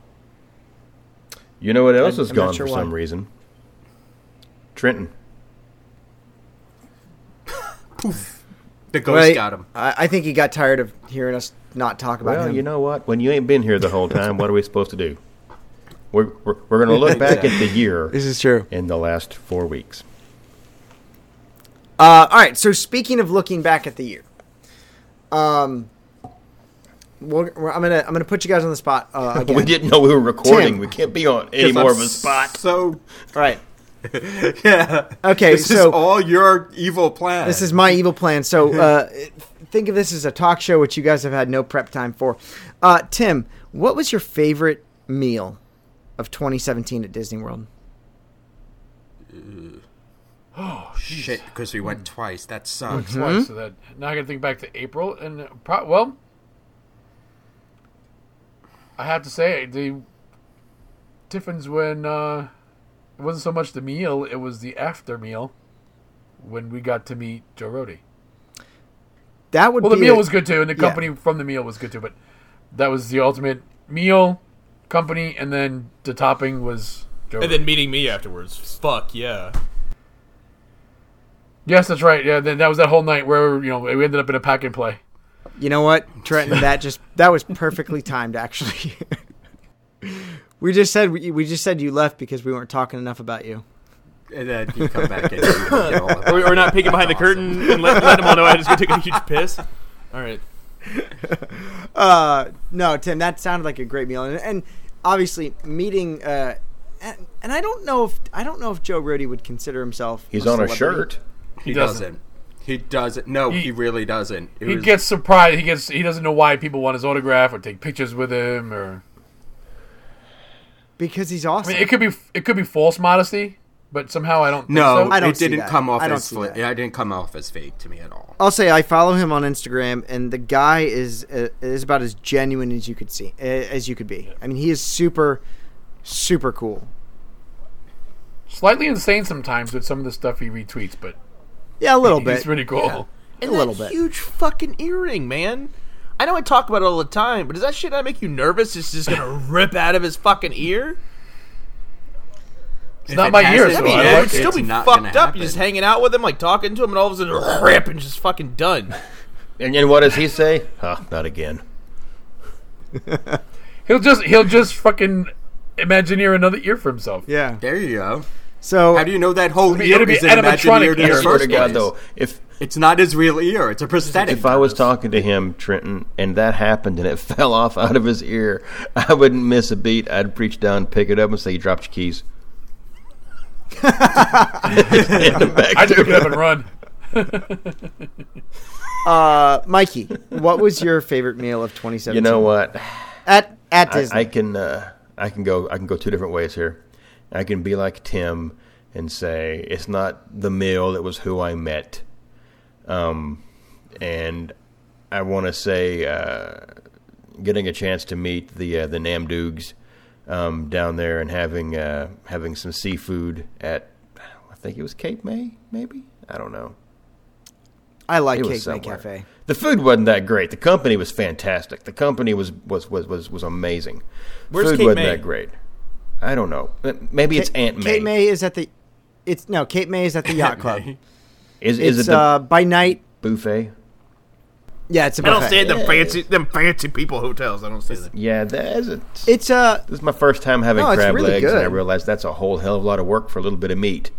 you know what else is
I'm not
gone
sure
for
why.
some reason? Trenton.
The ghost
Right?
got him.
I, I think he got tired of hearing us not talk about
Well,
him.
you know what? When you ain't been here the
(laughs)
whole time, what are we supposed to do? We're, we're, we're going to look back at the year
this is true.
in the last four weeks.
Uh, all right. So speaking of looking back at the year, um, we're, we're- I'm gonna I'm gonna put you guys on
(laughs)
the spot uh, again.
We didn't know we were recording.
Tim.
We can't be on any more of a
I'm
spot.
So
All right.
yeah.
Okay,
This is
so-
all your evil plan.
This is my evil plan. So
(laughs)
uh, think of this as a talk show, which you guys have had no prep time for. Uh, Tim, what was your favorite meal of 2017 at Disney World?
shit because we went twice. That
(laughs)
sucks.
Twice.
Hmm?
So that now I got to think back to April and uh, pro- well, I have to say the difference when uh, it wasn't so much the meal; it was the after meal when we got to meet Joe Rody.
That would
Well, the
be
meal
a-
was good too, and the
yeah.
company from the meal was good too. But that was the ultimate meal, company, and then the topping was. Joe
And
Rody.
then meeting me afterwards. Fuck yeah.
yes, that's right. Yeah, then that was that whole night where you know we ended up in a pack and play.
You know what, Trenton? That just that was perfectly (laughs) timed, actually. we just said we, we just said you left because we weren't talking enough about you.
And then you come back in. and you get all of that.
Or, or not peeking (laughs) behind the curtain and let, let them all know I just go take a (laughs) huge piss. All right.
Uh, no, Tim, that sounded like a great meal, and, and obviously meeting. Uh, and, and I don't know if I don't know if Joe Rody would consider himself.
He's on a
celebrity.
shirt.
He
doesn't.
doesn't. He doesn't. No, he, really doesn't. It
He
was-
gets surprised. He gets. He doesn't know why people want his autograph or take pictures with him. Or
because he's
I
awesome.
mean, it could be. It could be false modesty, but somehow I don't.
No,
think so.
I don't
it
see
didn't
that.
come off
I don't
as
see
fl-
that.
I didn't come off as fake to me at all.
I'll say I follow him on Instagram, and the guy is uh, is about as genuine as you could see uh, as you could be. I mean, he is super, super cool.
slightly insane sometimes with some of the stuff he retweets, but
Yeah, a little bit.
he's pretty cool.
And
A little
that
bit.
Huge fucking earring, man. I know I talk about it all the time, but does that shit not make you nervous? It's just (laughs) gonna rip out of his fucking ear.
It's not my year,
I
so
mean,
I
it
like
would
it.
still
It's
be
not
fucked
gonna
up. You're just
happen.
hanging out with him, like talking to him, and all of a sudden, (laughs) rip, and just fucking done.
And, and what does he say? Huh, not again.
He'll just. He'll just fucking imagineer another ear for himself.
yeah.
There you go.
So
How do you know that whole
be-
ear
it'll be
is an
animatronic
imagineer in
ear.
the
I
Swear
first
to God,
place?
though, if
It's not his real ear. It's a prosthetic.
if I was talking to him, Trenton, and that happened, and it (laughs) fell off out of his ear, I wouldn't miss a beat. I'd reach down, pick it up, and say, "You dropped your
(laughs)
keys." (laughs) Hand them back
I
to
just pick it up
him.
and run.
uh, Mikey, what was your favorite meal of 2017?
You know what?
at at
I,
Disney.
I can uh, I can go I can go two different ways here. I can be like Tim and say it's not the meal; it was who I met. Um, and I want to say uh, getting a chance to meet the uh, the Namdoogs um, down there and having uh, having some seafood at I think it was Cape May, maybe I don't know.
I like
It
Cake
was
Night
somewhere.
Cafe.
The food wasn't that great. The company was fantastic. The company was was was was, was amazing.
Where's
food
Kate
wasn't
May?
that great. I don't know. Maybe it's
Ca-
Aunt May.
Cape May is at the. It's no Cape May is at the yacht club.
Is
It's
is it the
uh, by night.
buffet?
Yeah, it's a
I don't
buffet.
stay in them fancy, them fancy people hotels. I don't stay there.
Yeah, that is it.
It's uh
This is my first time having
No, it's
crab
really
legs, and I
good.
realized that's a whole hell of a lot of work for a little bit of meat.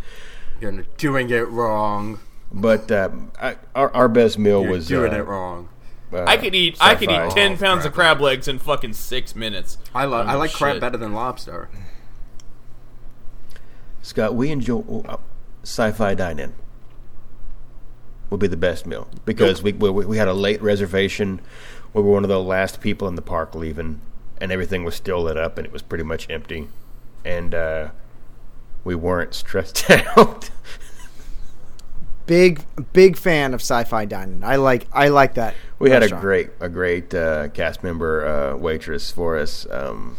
You're doing it wrong.
But uh, I, our our best meal
You're
was
doing
uh,
it wrong.
uh,
I could eat. I could eat
sci-fi.
ten pounds of crab legs in fucking six minutes.
I love. I
Oh,
like crab
shit.
better than lobster.
Scott, we enjoy uh, sci-fi dining. Would be the best meal because we, we we had a late reservation. We were one of the last people in the park leaving, and everything was still lit up, and it was pretty much empty, and uh, we weren't (laughs) stressed out.
big big fan of sci-fi dining. I like I like that.
we had a
restaurant.
great a great uh, cast member uh, waitress for us. Um,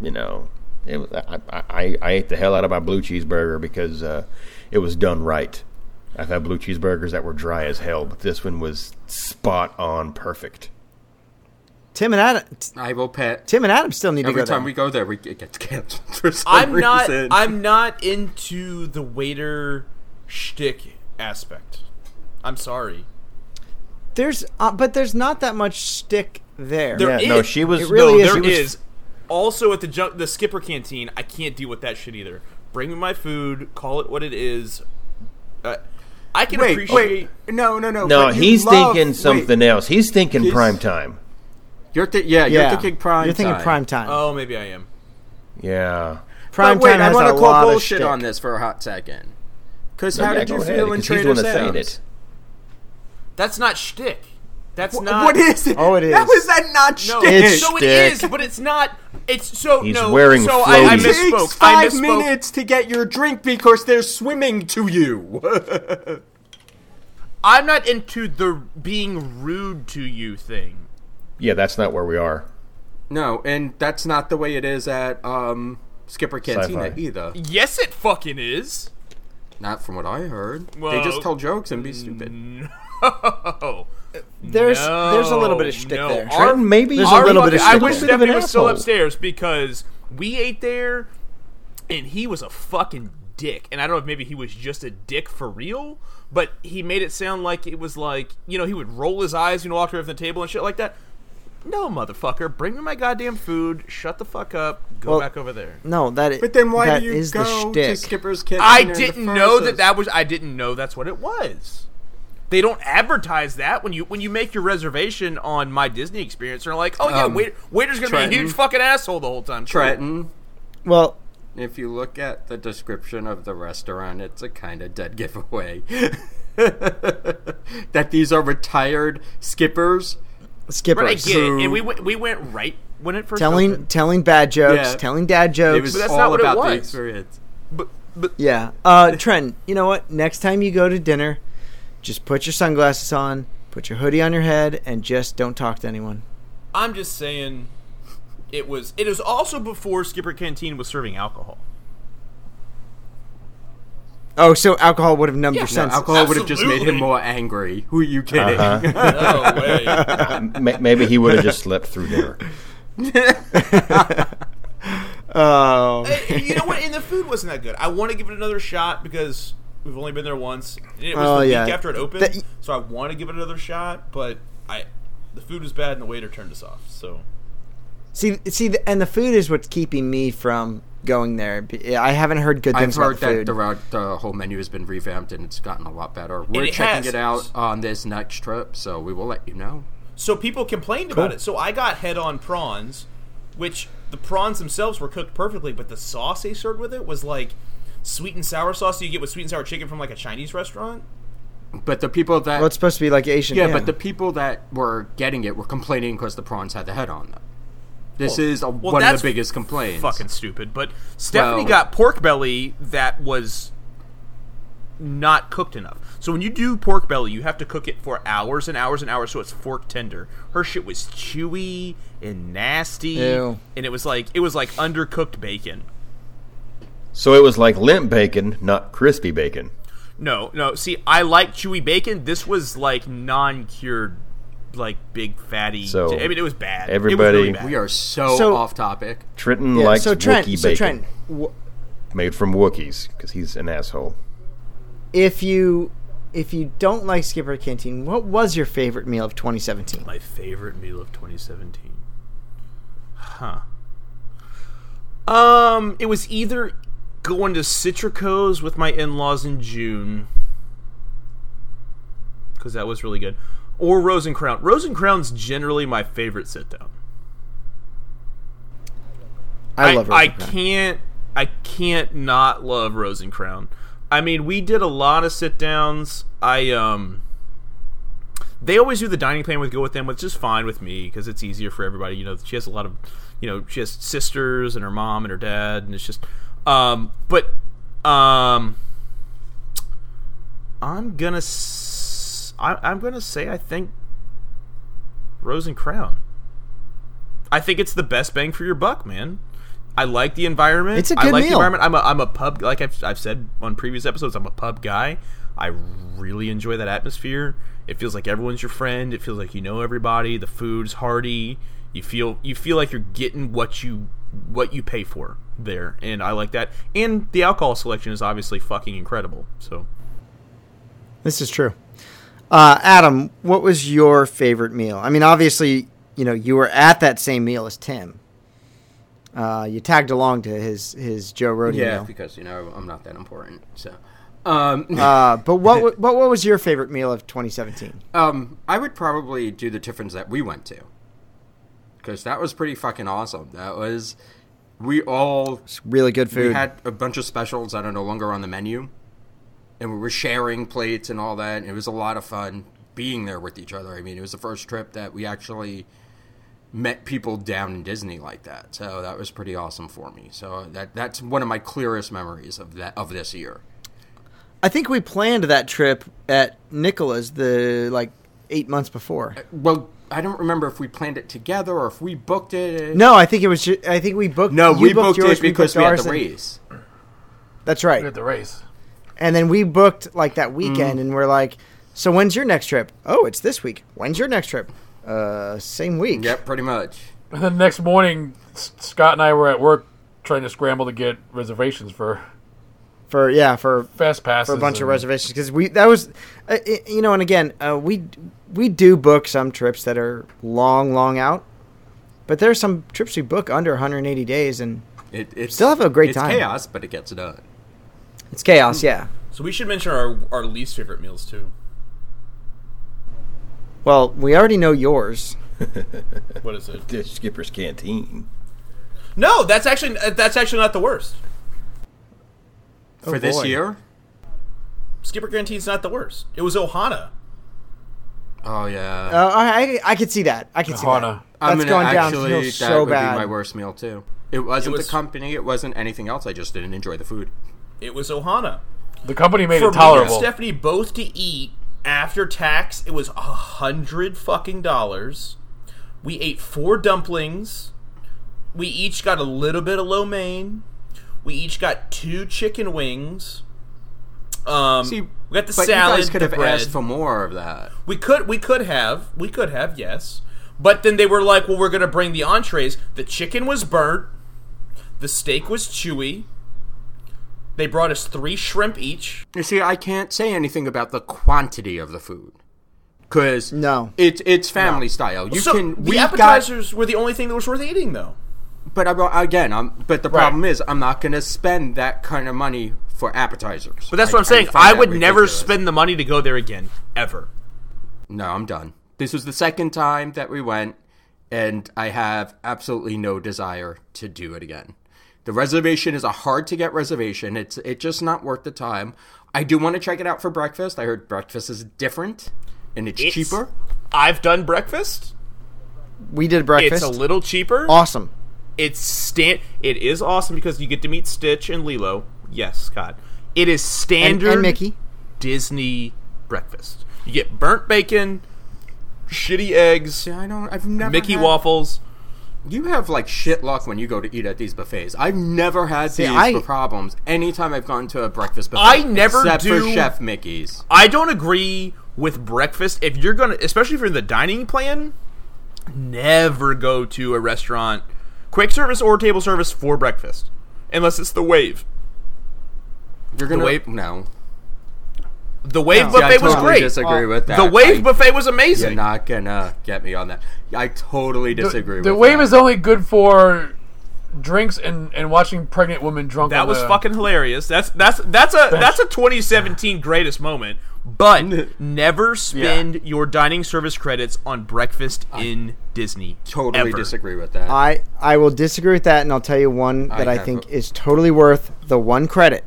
you know, it was, I, I I ate the hell out of my blue cheeseburger because uh, it was done right. I've had blue cheeseburgers that were dry as hell, but this one was spot on perfect.
Tim and Adam. t-
I will pet.
Tim and Adam still need
Every
to go
time
there.
we go there, we it gets canceled for some
I'm not.
reason.
I'm not into the waiter shtick aspect. I'm sorry.
There's uh, but there's not that much stick there.
There
Yeah, no,
is-
she was
it really
no,
is-
there
she was-
is. Also at the junk, the skipper canteen, I can't deal with that shit either. Bring me my food. Call it what it is. Uh, I can
Wait,
appreciate.
wait. No, no, no.
No,
but you
he's
love-
thinking
wait,
something else. He's thinking
He's-
prime time.
You're thi- yeah,
yeah,
You're thinking prime.
You're thinking
time.
prime time.
Oh, maybe I am.
Yeah.
Prime
but wait,
Time
I
has
want
a
to
lot
call
of
bullshit
shtick.
on this for a hot second. Because how
Yeah,
did
go
you
ahead,
feel in
'cause he's the
Trader
one that signed
Sam's?
it.
That's not shtick. That's
Wh-
not.
What is it?
Oh, it is.
How is that not
No,
shtick?
It's
so
shtick.
it is, but it's not. It's so
He's
no.
wearing
so I, I
floaties.
It
misspoke.
takes
I
five
misspoke.
minutes to get your drink because they're swimming to you.
I'm not into the being rude to you thing.
Yeah, that's not where we are.
no, and that's not the way it is at um, Skipper Cantina
Sci-fi.
either.
Yes, it fucking is.
Not from what I heard. they
Well,
just tell jokes and be stupid.
Oh,
There's there's a little bit of
no,
shtick
no.
there.
Our-
maybe
There's a
our
little bit of
fucking- I
shtick
wish
there.
Stephanie was still
asshole.
upstairs because we ate there, and he was a fucking dick. And I don't know if maybe he was just a dick for real, but he made it sound like it was like you know he would roll his eyes, you know, walk away from the table and shit like that. No, motherfucker, bring me my goddamn food. Shut the fuck up. Go
Well,
back over there.
No, that i-
But then why
that
do you
is
go
the
to
shtick.
Skipper's Cantina?
I
in the
didn't
first
know
place?
that that was. I didn't know that's what it was. They don't advertise that when you when you make your reservation on my Disney experience. They're like, oh yeah,
Um,
wait, waiter's gonna be a
Trenton.
huge fucking asshole the whole time. Cool.
Trenton.
well,
If you look at the description of the restaurant, it's a kind of dead giveaway (laughs) that these are retired skippers.
Skipper
Right, I get it. And we went, we went right when it first
telling
opened.
telling bad jokes,
Yeah.
telling dad
It
jokes.
was
But that's
all
not what it
about the
was.
experience.
But, but
yeah, uh, Trent. You know what? Next time you go to dinner, just put your sunglasses on, put your hoodie on your head, and just don't talk to anyone.
I'm just saying, it was it was also before Skipper Canteen was serving alcohol.
Oh, so alcohol would have numbed your
No,
senses.
alcohol would have just made
Absolutely.
him more angry. Who are you
Uh-huh.
kidding? (laughs)
No (laughs) way.
M- maybe he would have (laughs) just slept through dinner.
Oh,
you
(laughs)
know what? And the food wasn't that good. I want to give it another shot because we've only been there once. And it was
Oh,
the week
yeah.
after it opened,
That-
so I want to give it another shot. But I, the food was bad, and the waiter turned us off. So
see, see, the, and the food is what's keeping me from going there. B- I haven't heard good
I've
things
heard
about the
that
food.
the, route, the whole menu has been revamped and it's gotten a lot better. We're
it
checking
has.
it out on this next trip, so we will let you know.
so people complained about it. So I got head-on prawns, which the prawns themselves were cooked perfectly, but the sauce they served with it was like sweet and sour sauce you get with sweet and sour chicken from like a Chinese restaurant.
But the people that
well, it's supposed to be like Asian.
yeah, but the people that were getting it were complaining because the prawns had the head on them. This is a,
well,
one of
that's
the biggest complaints.
Fucking stupid. But Stephanie
Well-
got pork belly that was not cooked enough. So when you do pork belly, you have to cook it for hours and hours and hours so it's fork tender. Her shit was chewy and nasty,
Ew.
and it was like it was like undercooked bacon.
So it was like limp bacon, not crispy bacon.
No, no. See, I like chewy bacon. This was like non-cured, like big fatty.
So,
I mean, it was bad.
everybody-
it was really bad.
We are so,
So-
off topic.
Trenton
yeah,
likes
so Trent,
Wookiee
so
bacon
Trent, wh-
made from Wookiees because he's an asshole.
if you if you don't like Skipper Canteen, what was your favorite meal of 2017?
My favorite meal of 2017. Huh. Um, it was either going to Citrico's with my in-laws in June because that was really good, or Rosencrown. Rosencrown's generally my favorite sit-down.
I, love.
I
Rosencrantz.
can't. I can't not love Rosencrown. I mean, we did a lot of sit downs. I um. They always do the dining plan with go with them, which is fine with me because it's easier for everybody. You know, she has a lot of, you know, she has sisters and her mom and her dad, and it's just, um, but, um, I'm gonna, s- I, am going to si am going to say I think Rose and Crown. I think it's the best bang for your buck, man. I like the environment.
It's a
I
good
like the
meal.
environment. I'm a, I'm a pub like I've, I've said on previous episodes. I'm a pub guy. I really enjoy that atmosphere. It feels like everyone's your friend. It feels like you know everybody. The food's hearty. You feel you feel like you're getting what you what you pay for there, and I like that. And the alcohol selection is obviously fucking incredible. So
This is true. Uh, Adam, what was your favorite meal? I mean, obviously, you know, you were at that same meal as Tim. Uh, you tagged along to his his Joe Rody
Yeah,
meal.
because you know I'm not that important. So, um,
Uh, but what wa- what what was your favorite meal of 2017?
um, I would probably do the Tiffins that we went to because that was pretty fucking awesome. That was we all
It's really good food.
we had a bunch of specials that are no longer on the menu, and we were sharing plates and all that. And it was a lot of fun being there with each other. I mean, it was the first trip that we actually met people down in Disney like that. So that was pretty awesome for me. So that that's one of my clearest memories of that of this year.
I think we planned that trip at Nicola's the like eight months before.
Uh, Well, I don't remember if we planned it together or if we booked it.
No, I think it was. Ju- I think we booked.
no,
you
we booked,
yours,
it because
booked
we, had
ours,
the
and-
race.
That's
We
right.
had the race.
And then we booked like
Mm-hmm.
that weekend, and we're like, "So when's your next trip? Oh, it's this week. When's your next trip? Uh, same week.
Yep, pretty much.
And then next morning, S- Scott and I were at work trying to scramble to get reservations for
For yeah, for
fast passes
for a bunch of
and-
reservations because we that was uh, i- you know and again uh, we we do book some trips that are long long out but there are some trips we book under 180 days and
It, it's
Still have a great
it's
time.
chaos, but it gets done.
it's chaos yeah
So we should mention our our least favorite meals too.
well we already know yours
What is it?
This Skipper's Canteen.
No, that's actually that's actually not the worst.
For this
Oh, boy.
year,
Skipper Canteen's not the worst. It was Ohana.
oh yeah,
uh, I, I I could see that I could see
Ohana.
that that's going down to hill
that
so
would
bad
be my worst meal too. It wasn't
It was-
the company. It wasn't anything else. I just didn't enjoy the food.
It was Ohana.
The company made
For
it
me
tolerable.
and Stephanie both to eat after tax, it was a hundred fucking dollars. We ate four dumplings. We each got a little bit of lo mein. We each got two chicken wings. Um,
See,
we got the
but
salad.
You guys could
the
have
bread.
asked for more of that.
We could we could have we could have yes, but then they were like, well, we're gonna bring the entrees. The chicken was burnt. The steak was chewy. They brought us three shrimp each.
You see, I can't say anything about the quantity of the food because
No.
it's it's family style. You
so
can
the
we got,
appetizers were the only thing that was worth eating, though.
but I, again, I'm but the problem is I'm not going to spend that kind of money for appetizers.
But that's
I-
what I'm saying.
find
I
that
would never
ridiculous.
spend the money to go there again, ever.
No, I'm done. This was the second time that we went, and I have absolutely no desire to do it again. The reservation is a hard to get reservation. It's it's just not worth the time. I do want to check it out for breakfast. I heard breakfast is different and it's,
It's-
cheaper.
I've done breakfast.
we did
It's
breakfast
a little cheaper.
awesome
It's stand. It is awesome because you get to meet Stitch and Lilo. Yes, Scott. It is
and,
standard
and Mickey
Disney breakfast. You get burnt bacon, shitty eggs,
See, I don't. I've never
Mickey
had-
waffles.
You have like shit luck when you go to eat at these buffets. I've never had these
I-
problems. Anytime I've gone to a breakfast buffet,
I never
except for
do-
Chef Mickey's.
I don't agree with breakfast. If you're gonna, especially if you're in the dining plan, never go to a restaurant, quick service or table service for breakfast, unless it's the Wave.
You're gonna
wave-
No,
The Wave
See, I
buffet was
totally
great.
Disagree with that.
The Wave
I-
buffet was
You're
amazing.
not gonna get me on that. I totally disagree.
The
with
wave
that.
is only good for drinks and, and watching pregnant women drunk.
that
on
was
the-
fucking hilarious. That's that's that's a that's a 2017 greatest moment. But never spend your dining service credits on breakfast in Disney.
totally
ever.
disagree with that.
I I will disagree with that, and I'll tell you one that I,
have
think
a-
is totally worth the one credit,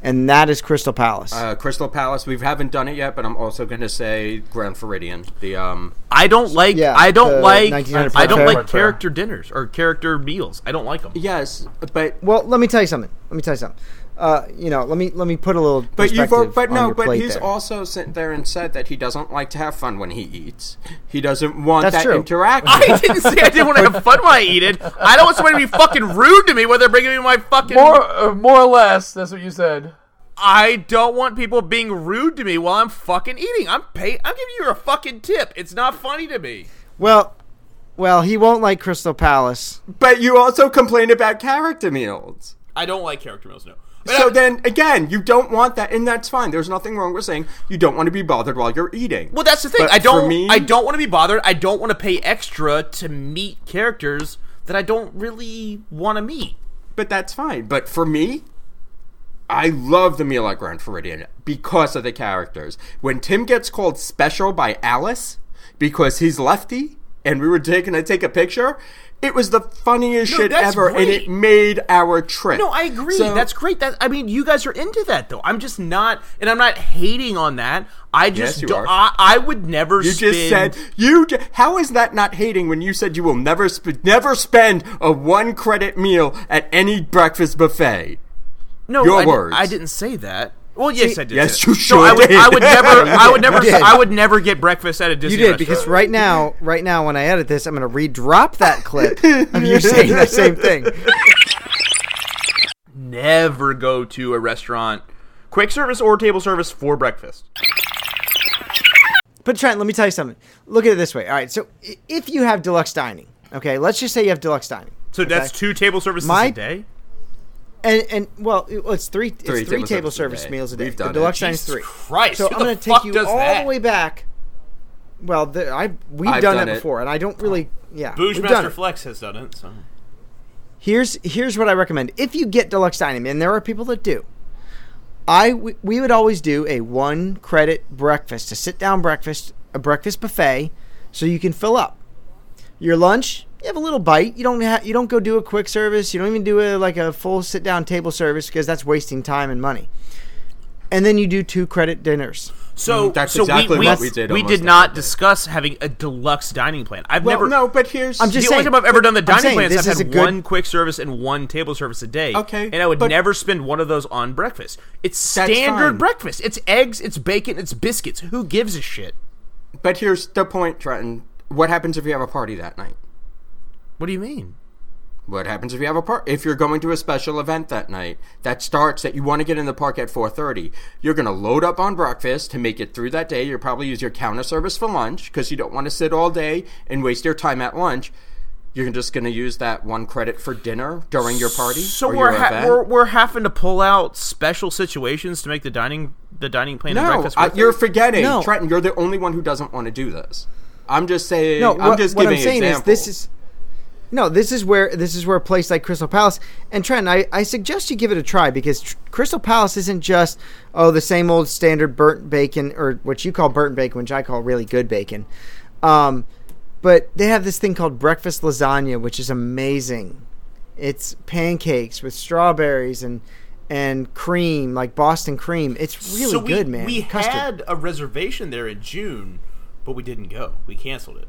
and that is Crystal Palace.
uh, Crystal Palace. We haven't done it yet, but I'm also gonna say Grand Floridian. The um,
I don't like.
Yeah,
I
the
don't like.
1900
I don't
buffet.
like character dinners or character meals. I don't like them.
yes, but
well, let me tell you something. Let me tell you something. Uh, you know, let me let me put a little.
but you
perspective
vote, but
on
no,
your
but
plate
he's
there.
also sitting there and said that he doesn't like to have fun when he eats. He doesn't want
That's
that
true.
(laughs)
interaction.
I didn't say I didn't want to have fun when I eat it. I don't want somebody to be fucking rude to me when they're bringing me my fucking.
More, uh, more or less, that's what you said.
I don't want people being rude to me while I'm fucking eating. I'm pay. I'm giving you a fucking tip. It's not funny to me.
well, well, he won't like Crystal Palace.
(laughs) but you also complain about character meals.
I don't like character meals. No.
So then again, you don't want that, and that's fine. There's nothing wrong with saying you don't want to be bothered while you're eating.
Well, that's the thing.
But
I
for
don't.
me-
I don't want to be bothered. I don't want to pay extra to meet characters that I don't really want to meet.
but that's fine. But for me, I love the meal at Grand Floridian because of the characters. When Tim gets called special by Alice because he's lefty, and we were taking I take a picture. It was the funniest
No,
shit
that's
ever, and
great.
it made our trip.
No, I agree.
So-
That's great. That I mean, you guys are into that though. I'm just not, and I'm not hating on that. I just,
Yes, you
do-
are.
I, I would never.
You just
spend-
said you. ju- How is that not hating when you said you will never sp- never spend a one credit meal at any breakfast buffet?
no.
your
I, di-
words.
I didn't say that. Well, yes, I did.
yes,
say
you
that.
sure
no, I would,
did.
I would never. I
(laughs)
would never.
You did.
I would never get breakfast at a Disney.
You did because
restaurant.
(laughs) right now, right now, when I edit this, I'm going to re-drop that clip of (laughs) you saying that same thing.
never go to a restaurant, quick service or table service for breakfast.
But Trent, let me tell you something. Look at it this way. All right, so i- if you have deluxe dining, okay, let's just say you have deluxe dining,
So that's two table services
My-
a day.
and and well, it- well, it's three, it's three, table, service,
a day.
meals a day.
We've
the
done it.
deluxe dining is
Jesus
three.
Christ,
So
who
I'm
the
going to
fuck
take you
does
all
that?
the way back. Well, the, I we've
I've
done,
done
it
it.
before, and I don't really, yeah, we've done
Boogemaster
it.
Flex has done it. So
here's here's what I recommend. If you get deluxe dining, and there are people that do, I we, we would always do a one credit breakfast, a sit down breakfast, a breakfast buffet, so you can fill up. Your lunch, you have a little bite. You don't ha- you don't go do a quick service. You don't even do a like a full sit down table service because that's wasting time and money. And then you do two credit dinners.
So
Mm, that's
so
exactly
we,
what
we,
we did
We
almost
did not
every day.
discuss having a deluxe dining plan. I've
Well,
never.
no, but here's
I'm just
the only
saying-
time I've ever done the
I'm
dining
saying
plan
this
is I've
is a
had
good-
one quick service and one table service a day.
Okay,
and I would
but-
never spend one of those on breakfast. It's
That's
standard
fine.
breakfast. It's eggs, it's bacon, it's biscuits. Who gives a shit?
but here's the point, Trenton. What happens if you have a party that night?
What do you mean?
What happens if you have a party? If you're going to a special event that night that starts that you want to get in the park at 4:30, you're going to load up on breakfast to make it through that day. You'll probably use your counter service for lunch because you don't want to sit all day and waste your time at lunch. You're just going to use that one credit for dinner during your party.
So
or
we're,
your
ha-
event.
we're we're having to pull out special situations to make the dining the dining plan and
no,
breakfast.
I,
worth it?
you're forgetting,
No.
Trenton. You're the only one who doesn't want to do this. I'm just saying.
No,
I'm
what,
just
what
giving
I'm saying
examples.
is this is no, this is where this is where a place like Crystal Palace and Trent, I, I suggest you give it a try because tr- Crystal Palace isn't just oh the same old standard burnt bacon or what you call burnt bacon, which I call really good bacon. Um, but they have this thing called breakfast lasagna, which is amazing. It's pancakes with strawberries and and cream, like Boston cream. It's really
so we,
good, man.
We
Custard.
had a reservation there in June, but we didn't go. We canceled it.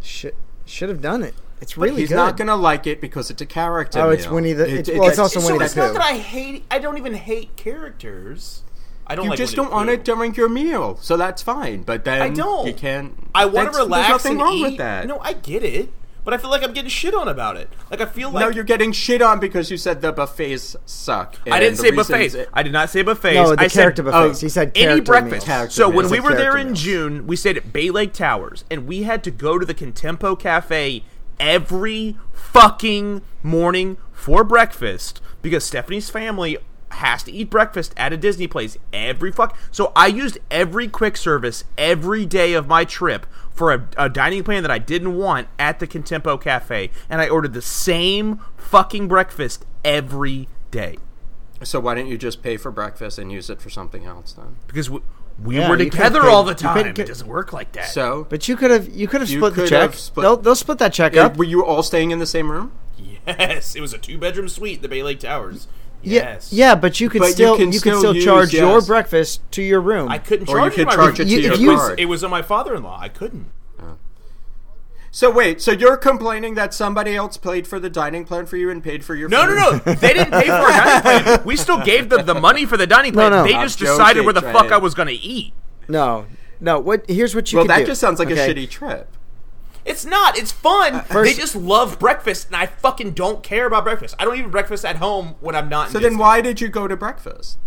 should should have done it. It's really
He's
good.
not going to like it because it's a character.
Oh, it's
meal.
Winnie the- it's- well, it's also
so
Winnie the
it's not
Pooh.
that I hate. I don't even hate characters. I don't.
You
like
just
Winnie
don't want
the
it
Pooh.
during your meal, so that's fine. But then
I don't.
You can.
I want
that's-
to relax.
There's nothing
and
wrong
eat.
with that.
No, I get it, but I feel like I'm getting shit on about it. Like I feel like
no, you're getting shit on because you said the buffets suck.
I didn't
and the
say
reasons
buffets.
it-
I did not say buffets.
No, the
I
character
said, uh,
buffets. He said
any
character meals.
breakfast.
Character
so when
meals.
we
He
were
said
there
character
in
meals.
June, we stayed at Bay Lake Towers, and we had to go to the Contempo Cafe every fucking morning for breakfast because Stephanie's family has to eat breakfast at a Disney place every fuck. So I used every quick service every day of my trip for a, a dining plan that I didn't want at the Contempo Cafe, and I ordered the same fucking breakfast every day.
So why don't you just pay for breakfast and use it for something else then?
because we, we
Yeah,
were
you could've
together
paid-
all the
you could've
time. It
get-
doesn't work like that.
So, but
But you could have you could have
You
split the
could
check.
have split-
they'll, they'll split that check up.
were you all staying in the same room?
yes, it was a two bedroom suite, the Bay Lake Towers.
Yeah,
Yes.
yeah, but you could
But you
still you,
can
could
still
still,
use-
charge
yes.
your breakfast to your room.
I couldn't
Or you
charge
could
it. in my
charge it
room.
to
You-
your
if you-
card.
It was on my father in law. I couldn't.
So wait, so you're complaining that somebody else played for the dining plan for you and paid for your
No,
food?
no, no. They didn't pay for
(laughs)
our dining plan. We still gave them the money for the dining plan.
no.
They
I'm
just decided
joking,
where the
Trey.
fuck I was going to eat.
no, no. What here's what you
Well,
could
that
do,
just sounds like
okay?
a shitty trip.
It's not. It's fun.
first-
they just love breakfast, and I fucking don't care about breakfast. I don't even breakfast at home when I'm not.
So
in
then
Disney.
why did you go to breakfast?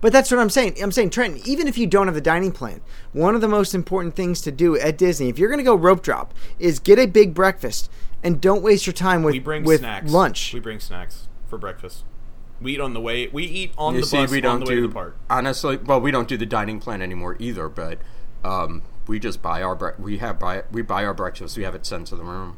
But that's what I'm saying. I'm saying Trenton. Even if you don't have the dining plan, one of the most important things to do at Disney, if you're going to go rope drop, is get a big breakfast and don't waste your time with
we bring
with
snacks?
lunch.
We bring snacks for breakfast. We eat on the way. We eat on
you
the
see,
bus
we
on
don't
the way
do
to the park.
honestly. Well, we don't do the dining plan anymore either. But um, we just buy our bre- we have buy we buy our breakfast. We have it sent to the room.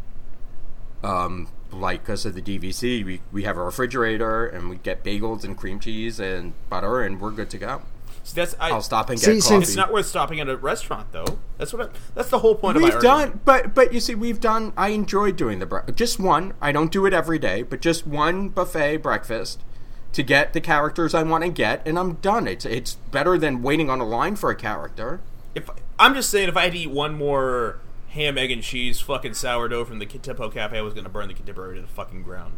Um, like because of the DVC, we we have a refrigerator and we get bagels and cream cheese and butter, and we're good to go.
See, that's I,
I'll stop and get
See,
coffee.
since-
It's not worth stopping at a restaurant though. That's what. I, that's the whole point of my
We've
argument.
done, but but you see, we've done. I enjoy doing the bre- just one. I don't do it every day, but just one buffet breakfast to get the characters I want to get, and I'm done. It's it's better than waiting on a line for a character.
If I'm just saying, if I had to eat one more ham, egg, and cheese fucking sourdough from the Kitipo Cafe, I was going to burn the Contemporary to the fucking ground.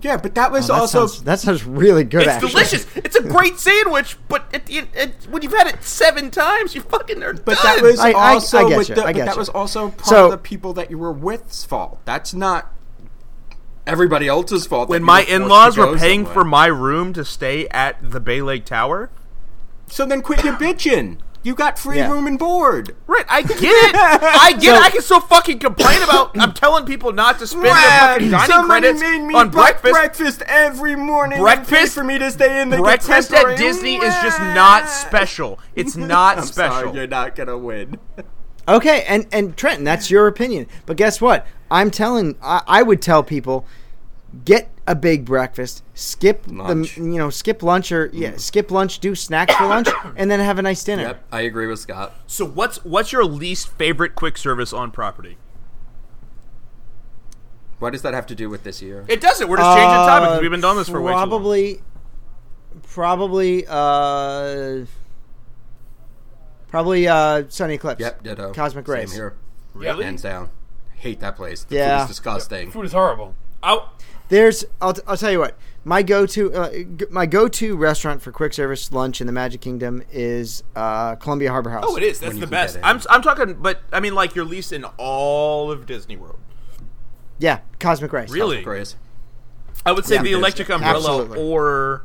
Yeah, but that was
Oh, that
also
sounds, that sounds really good.
It's
actually.
delicious. It's a great sandwich, but at the, at, when you've had it seven times, you fucking are
But
done.
that was
I- I-
also
I get
with
you,
the,
I
but
get
that
you.
was also part
So-
of the people that you were with's fault. That's not everybody else's fault.
when
that you
my
were forced
in-laws
to go
were paying
somewhere.
for my room to stay at the Bay Lake Tower.
So then quit your bitching. You got free
Yeah.
room and board.
Right, I get it.
(laughs)
I get it. I can still fucking complain about.
(coughs)
I'm telling people not to spend their fucking dining
somebody
credits
made me
on
buy
breakfast.
breakfast every morning. and
Breakfast-
paid for me to stay in the
breakfast
Contemporary.
at Disney is just not
Wah!
special.
(laughs)
It's not
I'm
special.
Sorry, you're not gonna win.
Okay, and and Trenton, that's your opinion. But guess what? I'm telling. I, I would tell people get a big breakfast, skip
Lunch.
the you know skip lunch or
Mm.
yeah skip lunch, do snacks for
(coughs)
lunch, and then have a nice dinner.
Yep, I agree with Scott.
So what's what's your least favorite quick service on property?
What does that have to do with this year?
It doesn't. We're just changing topic. 'cause
Uh,
We've been doing this for way too long.
probably, probably, uh, probably uh, Sunny Eclipse.
Yep, ditto.
Cosmic
Same
Rays.
here.
Really?
Hands down. Hate that place. The
Yeah.
food is disgusting.
Food is horrible.
Oh,
I,
There's, I'll, t- I'll tell you what. My go-to, uh, g- my go-to restaurant for quick service lunch in the Magic Kingdom is uh, Columbia Harbor House.
oh, it is. That's
When you
the
can get
best.
in.
I'm I'm talking, but I mean, like your least in all of Disney World.
Yeah, Cosmic Rays.
Really,
Grace.
I would say the
there's-
Electric Umbrella
Absolutely.
or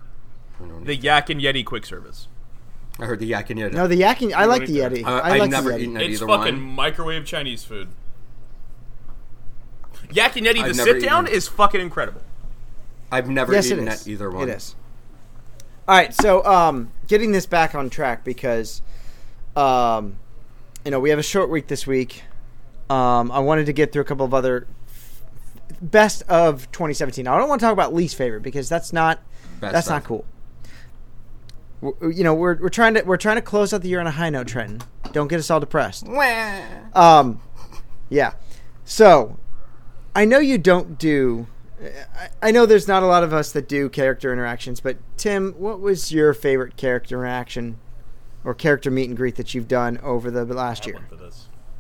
the Yak and Yeti quick service.
I heard the Yak and Yeti.
No, the Yaki. I like the
like
Yeti.
I,
I like
have Uh, never
the Yeti.
eaten at
it's
either
fucking
one.
microwave Chinese food. Yak and Yeti,
I've
the
never
sit down
eaten it.
is fucking incredible.
I've never
yes, it
eaten
is.
at either one.
It is. All right, so um, getting this back on track because, um, you know, we have a short week this week. Um, I wanted to get through a couple of other best of 2017. Now, I don't want to talk about least favorite because that's not
Best
that's
of.
not cool. W- You know, we're, we're trying to we're trying to close out the year on a high note, Trenton. Don't get us all depressed. Um, yeah. So, I know you don't do. I, I know there's not a lot of us that do character interactions, but Tim, what was your favorite character interaction or character meet and greet that you've done over the last year?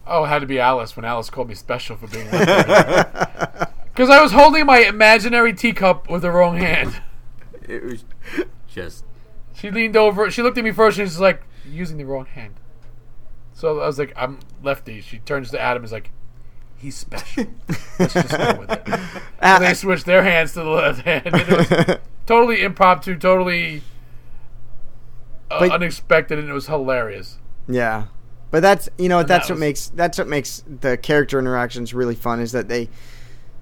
Oh, it had to be Alice when Alice called me special for being left Because I was holding my imaginary teacup with the wrong hand.
(laughs)
It was just
She leaned over. She looked at me first. and She's like, using the wrong hand. So I was like, I'm lefty. She turns to Adam. and is like, he's special. Let's just go with it.
Ah,
And they switched their hands to the left hand. (laughs) And it was totally impromptu, totally uh,
But-
unexpected, and it was hilarious.
(laughs) Yeah, but that's you know that's
that
what
was-
makes that's what makes the character interactions really fun is that they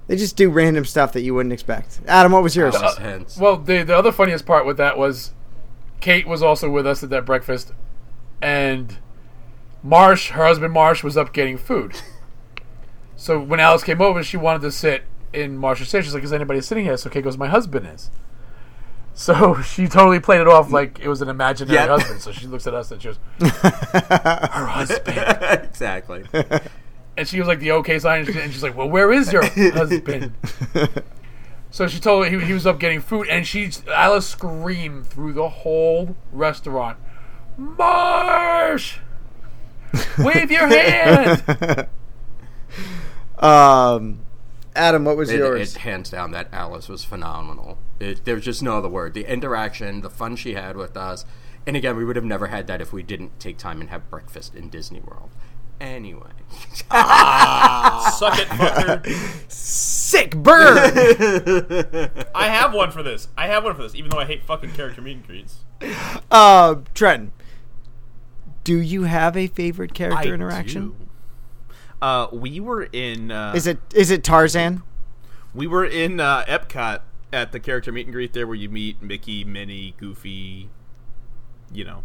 they just do random stuff that you wouldn't expect. Adam, what was yours?
Alice Hens.
Well, the the other funniest part with that was Kate was also with us at that breakfast, and Marsh, her husband Marsh, was up getting food. So when Alice came over, she wanted to sit in Marsh's chair. She's like, "Is anybody sitting here?" So Kate goes, "My husband is." (laughs) So she totally played it off like it was an imaginary
Yeah.
husband. So she looks at us and she goes, "Her
(laughs)
husband,"
exactly.
(laughs)
and she was like the okay sign, and she- and she's like, "Well, where is your husband?" So she told him he, he was up getting food, and she Alice screamed through the whole restaurant, "Marsh, wave your hand!"
Um, Adam, what was
It,
yours?
(laughs) it hands down that Alice was phenomenal. It, there's just no other word. The interaction, the fun she had with us, and again, we would have never had that if we didn't take time and have breakfast in Disney World. Anyway, (laughs)
Suck it, fucker.
(laughs)
Sick bird.
I have one for this. I have one for this, even though I hate fucking character meet and greets.
uh, Trenton, do you have a favorite character interaction?
Uh, we were in. Uh,
Is it is it Tarzan?
we were in uh, Epcot at the character meet and greet there, where you meet Mickey, Minnie, Goofy, you know.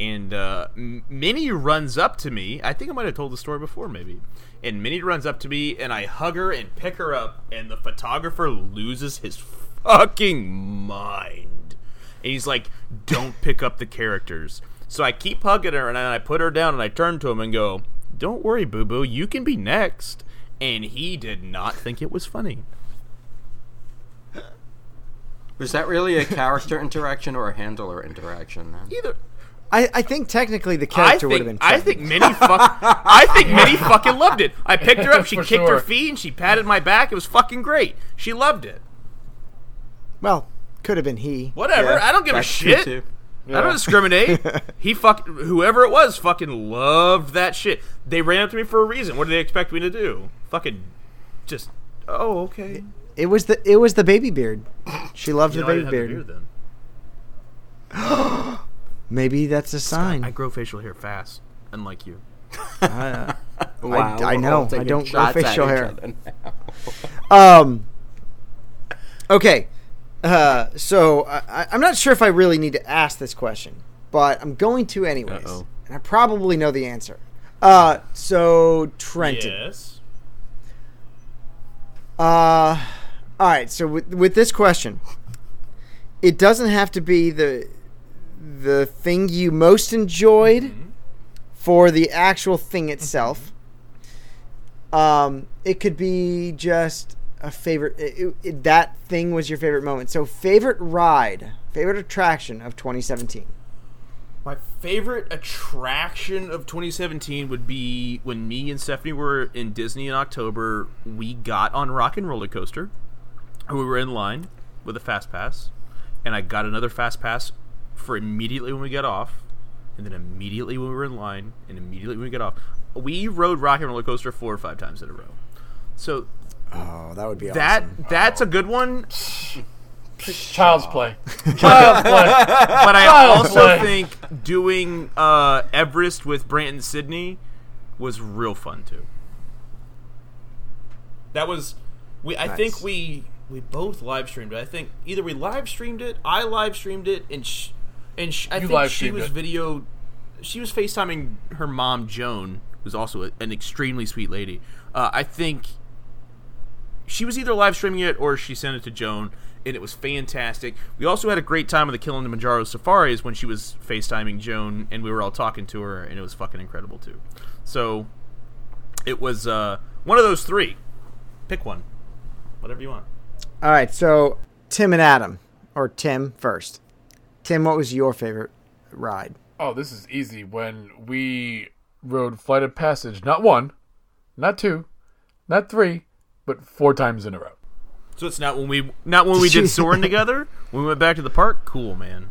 And uh, M- Minnie runs up to me. I think I might have told the story before, maybe. And Minnie runs up to me, and I hug her and pick her up, and the photographer loses his fucking mind. And he's like, "Don't pick up the characters." So I keep hugging her, and I, I put her down, and I turn to him and go, "Don't worry, Boo Boo, you can be next." And he did not think it was funny.
Was that really a character interaction or a handler interaction? Then?
Either
I, I think technically the
I
character would have been.
think I
funny.
(laughs)
think Minnie fuck I think Minnie fucking loved it. I picked her up, she
For
kicked her
sure.
feet, and she patted my back. It was fucking great. She loved it.
Well, could have been he.
Whatever. I don't give a
That's true,
shit.
too.
I don't
(laughs)
discriminate. he fuck whoever it was fucking loved that shit. They ran up to me for a reason. What do they expect me to do? Fucking just oh okay.
It was the it was the baby beard. She loved
You
the
know, I
baby
didn't have
beard.
beard then.
Maybe that's a sign.
I grow facial hair fast, unlike you.
Wow,
I
we're
know,
all
I
taking
don't grow
shots at
facial
each
hair.
other now.
Um. Okay. Uh, so I, I- I'm not sure if I really need to ask this question, but I'm going to anyways,
Uh-oh.
and I probably know the answer. Uh, so Trenton.
Yes.
Uh, all right. So with, with this question, it doesn't have to be the the thing you most enjoyed for the actual thing itself. Um, it could be just a favorite. It, it- it- that thing was your favorite moment. So favorite ride, favorite attraction of 2017.
My favorite attraction of 2017 would be when me and Stephanie were in Disney in October. We got on Rock and Roller Coaster. and We were in line with a fast pass, and I got another fast pass for immediately when we got off, and then immediately when we were in line, and immediately when we got off. We rode Rock and Roller Coaster four or five times in a row. So
Oh, that would be
that that's a good one.
Child's play. Child's play.
but I
Oh,
also
boy.
think doing uh, Everest with Brant Sydney was real fun too. That was we. I think we we both live streamed it. I think either we live streamed it, I live streamed it, and sh- and sh- I think she
live-streamed
was
it.
video. She was FaceTiming her mom Joan, who's also a- an extremely sweet lady. Uh, I think she was either live streaming it or she sent it to Joan, and it was fantastic. We also had a great time at the Kilimanjaro safaris when she was FaceTiming Joan, and we were all talking to her, and it was fucking incredible too. So it was uh, one of those three. Pick one, whatever you want.
All right. So Tim and Adam, or Tim first. Tim, what was your favorite ride?
Oh, this is easy. When we rode Flight of Passage, not one, not two, not three, but four times in a row.
So it's not when we not when we
Did you- (laughs)
did Soren together. When we went back to the park, cool man.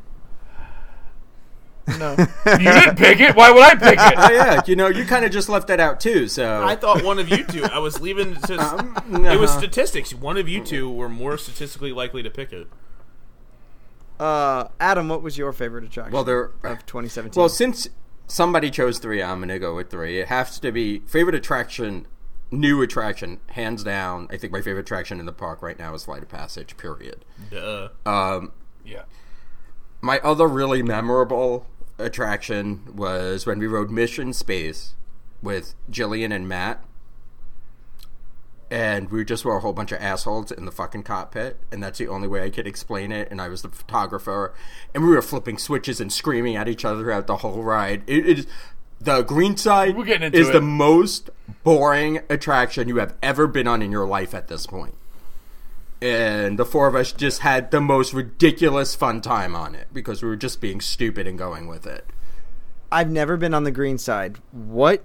No, you didn't pick it. Why would I pick
Oh (laughs) (laughs)
it?
yeah, you know, you kind of just left that out too. So (laughs) Uh-huh.
I thought one of you two. I was leaving. To,
Um,
It
uh-huh.
was statistics. One of you two were more statistically likely to pick it.
Uh, Adam, what was your favorite attraction?
well, uh, there.
of 2017.
Well, since somebody chose three, I'm gonna go with three. It has to be favorite attraction, new attraction, hands down. I think my favorite attraction in the park right now is Flight of Passage. Period.
Duh.
Yeah.
My other really memorable attraction was when we rode Mission Space with Jillian and Matt. And we just were a whole bunch of assholes in the fucking cockpit, and that's the only way I could explain it. And I was the photographer, and we were flipping switches and screaming at each other throughout the whole ride. It is the green side
We're getting into
is the
it.
most boring attraction you have ever been on in your life at this point and the four of us just had the most ridiculous fun time on it because we were just being stupid and going with it.
I've never been on the green side. What?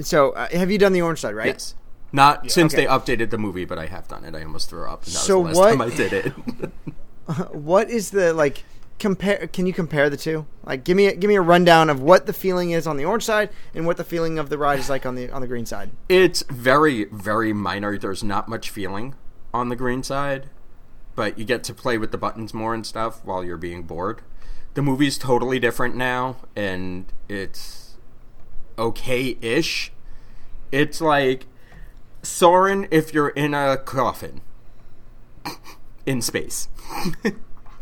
So, uh, have you done the orange side, right?
Yes. Not since
Okay.
they updated the movie, but I have done it. I almost threw up. And that
So
was the
what-
last time I did it.
(laughs)
(laughs)
What is the like compare can you compare the two? Like give me a, give me a rundown of what the feeling is on the orange side and what the feeling of the ride is like on the on the green side.
it's very, very minor. There's not much feeling on the green side, but you get to play with the buttons more and stuff while you're being bored. The movie's totally different now, and it's okay ish. It's like Soren if you're in a coffin (laughs) in space. (laughs)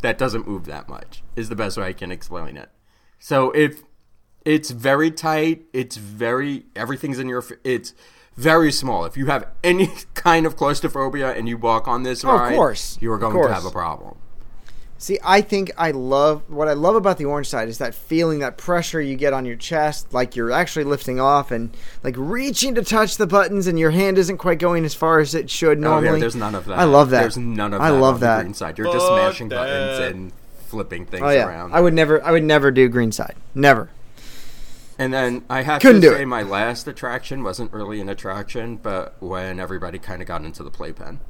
that doesn't move that much, is the best way I can explain it. So if it's very tight. It's very everything's in your. f- It's very small. If you have (laughs) any kind of claustrophobia and you walk on this
Oh, of
ride,
course.
you are
Of
going
course.
to have a problem.
See, I think I love what I love about the orange side is that feeling, that pressure you get on your chest, like you're actually lifting off and like reaching to touch the buttons, and your hand isn't quite going as far as it should
Oh,
normally.
yeah, there's none of that.
I love that.
There's none of
I
that.
love
on The
that.
green side. You're just
Fuck
smashing
that.
buttons and flipping things
Oh yeah,
around.
I would never, I would never do green side. Never.
And then I have
Couldn't
to
do
say
it.
my last attraction wasn't really an attraction, but when everybody kind of got into the playpen.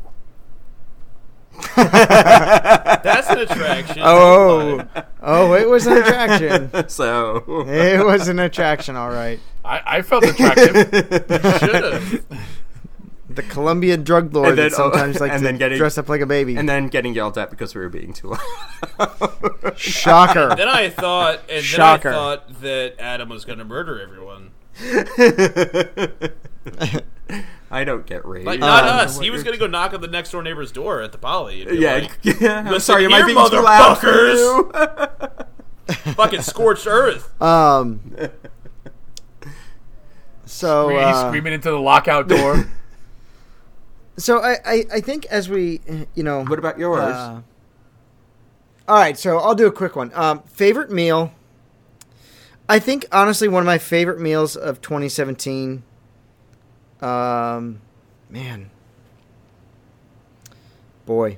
(laughs) That's an attraction.
Oh, (laughs) oh, it was
(laughs)
an attraction.
So
it
(laughs)
was an attraction, all right.
I, I felt attractive.
The Colombian drug lord
And then-
that sometimes
oh,
like
and
to
then getting-
dress up like a baby.
and then getting yelled at because we were being too loud. (laughs)
Shocker.
Then I thought, and
Shocker.
then I thought that Adam was going to murder everyone.
I don't get rage. Uh,
Like not
Um,
us. He was going to go knock on the next door neighbor's door at the poly. and be
yeah, (laughs)
like,
yeah. I'm
"Listen
sorry, am I
here,
being too loud for
motherfuckers!"
you? (laughs)
fucking scorched earth.
(laughs)
um. So
He's
uh,
screaming into the
(laughs)
lockout door.
So I, I, I think as we, eh, you know,
What about yours?
uh, all right, so I'll do a quick one. Um, favorite meal. I think honestly, one of my favorite meals of 2017. Um, man, boy,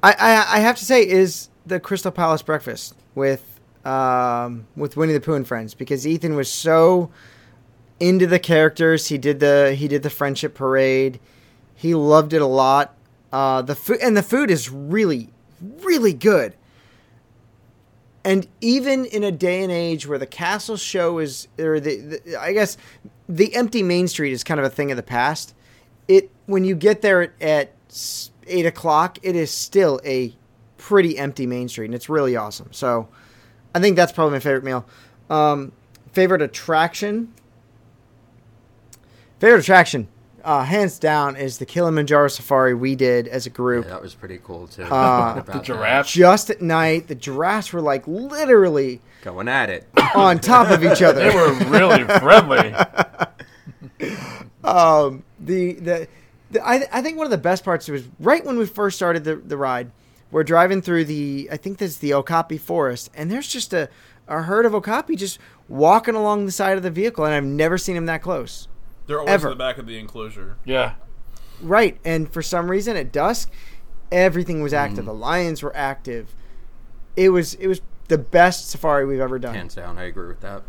I, I I have to say is the Crystal Palace breakfast with um with Winnie the Pooh and friends because Ethan was so into the characters. He did the he did the friendship parade. He loved it a lot. Uh, the food and the food is really really good. And even in a day and age where the castle show is, or the, the I guess the empty main street is kind of a thing of the past. It when you get there at, at s- eight o'clock, it is still a pretty empty main street, and it's really awesome. So, I think that's probably my favorite meal. Um, favorite attraction, Favorite attraction, uh, hands down, is the Kilimanjaro Safari we did as a group.
Yeah, that was pretty cool too.
Ah.
(laughs)
the giraffe.
Just at night, the giraffes were like literally
going at it.
on top of each other.
They were
(laughs)
really friendly.
the the, the I, I think one of the best parts was right when we first started the, the ride we're driving through the i think that's the okapi forest and there's just a, a herd of okapi just walking along the side of the vehicle and i've never seen them that close
They're always
Ever.
in the back of the enclosure.
Yeah.
right and for some reason at dusk everything was
Mm.
active the lions were active it was it was the best safari we've ever done
Hands down, I agree with that.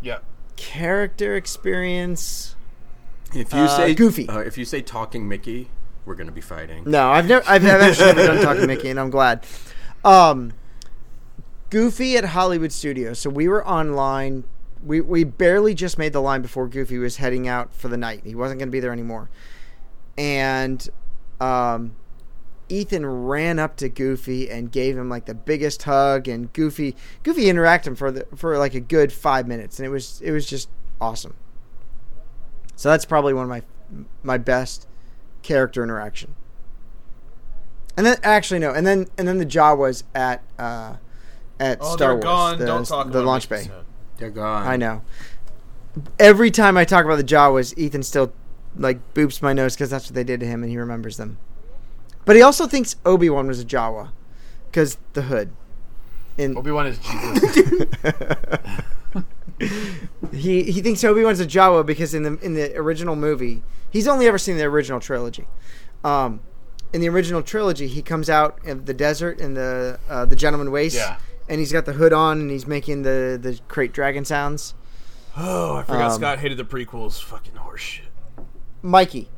Yeah.
character experience
If you
Uh,
say
Goofy.
uh, if you say talking Mickey, we're gonna be fighting.
No, I've never. I've, I've actually never done Talking Mickey, and I'm glad. Um, Goofy at Hollywood Studios. So we were online. We we barely just made the line before Goofy was heading out for the night. He wasn't going to be there anymore, and um, Ethan ran up to Goofy and gave him like the biggest hug. And Goofy Goofy interacted him for the, for like a good five minutes, and it was it was just awesome. So that's probably one of my my best character interaction. And then actually no, and then and then the Jawas at uh, at
Oh,
Star
they're
Wars,
gone.
the,
Don't talk
the
about
launch
Mickey's
bay.
head.
They're gone.
I know. Every time I talk about the Jawas, Ethan still like boops my nose because that's what they did to him, and he remembers them. But he also thinks Obi Wan was a Jawa because the hood. In
Obi Wan is Jesus.
he he thinks Obi Wan's a Jawa because in the in the original movie, he's only ever seen the original trilogy. Um, in the original trilogy, he comes out of the desert in the uh, the gentleman waist,
Yeah.
and he's got the hood on, and he's making the the crate dragon sounds.
Oh, I forgot
Um,
Scott hated the prequels. Fucking horseshit.
Mikey,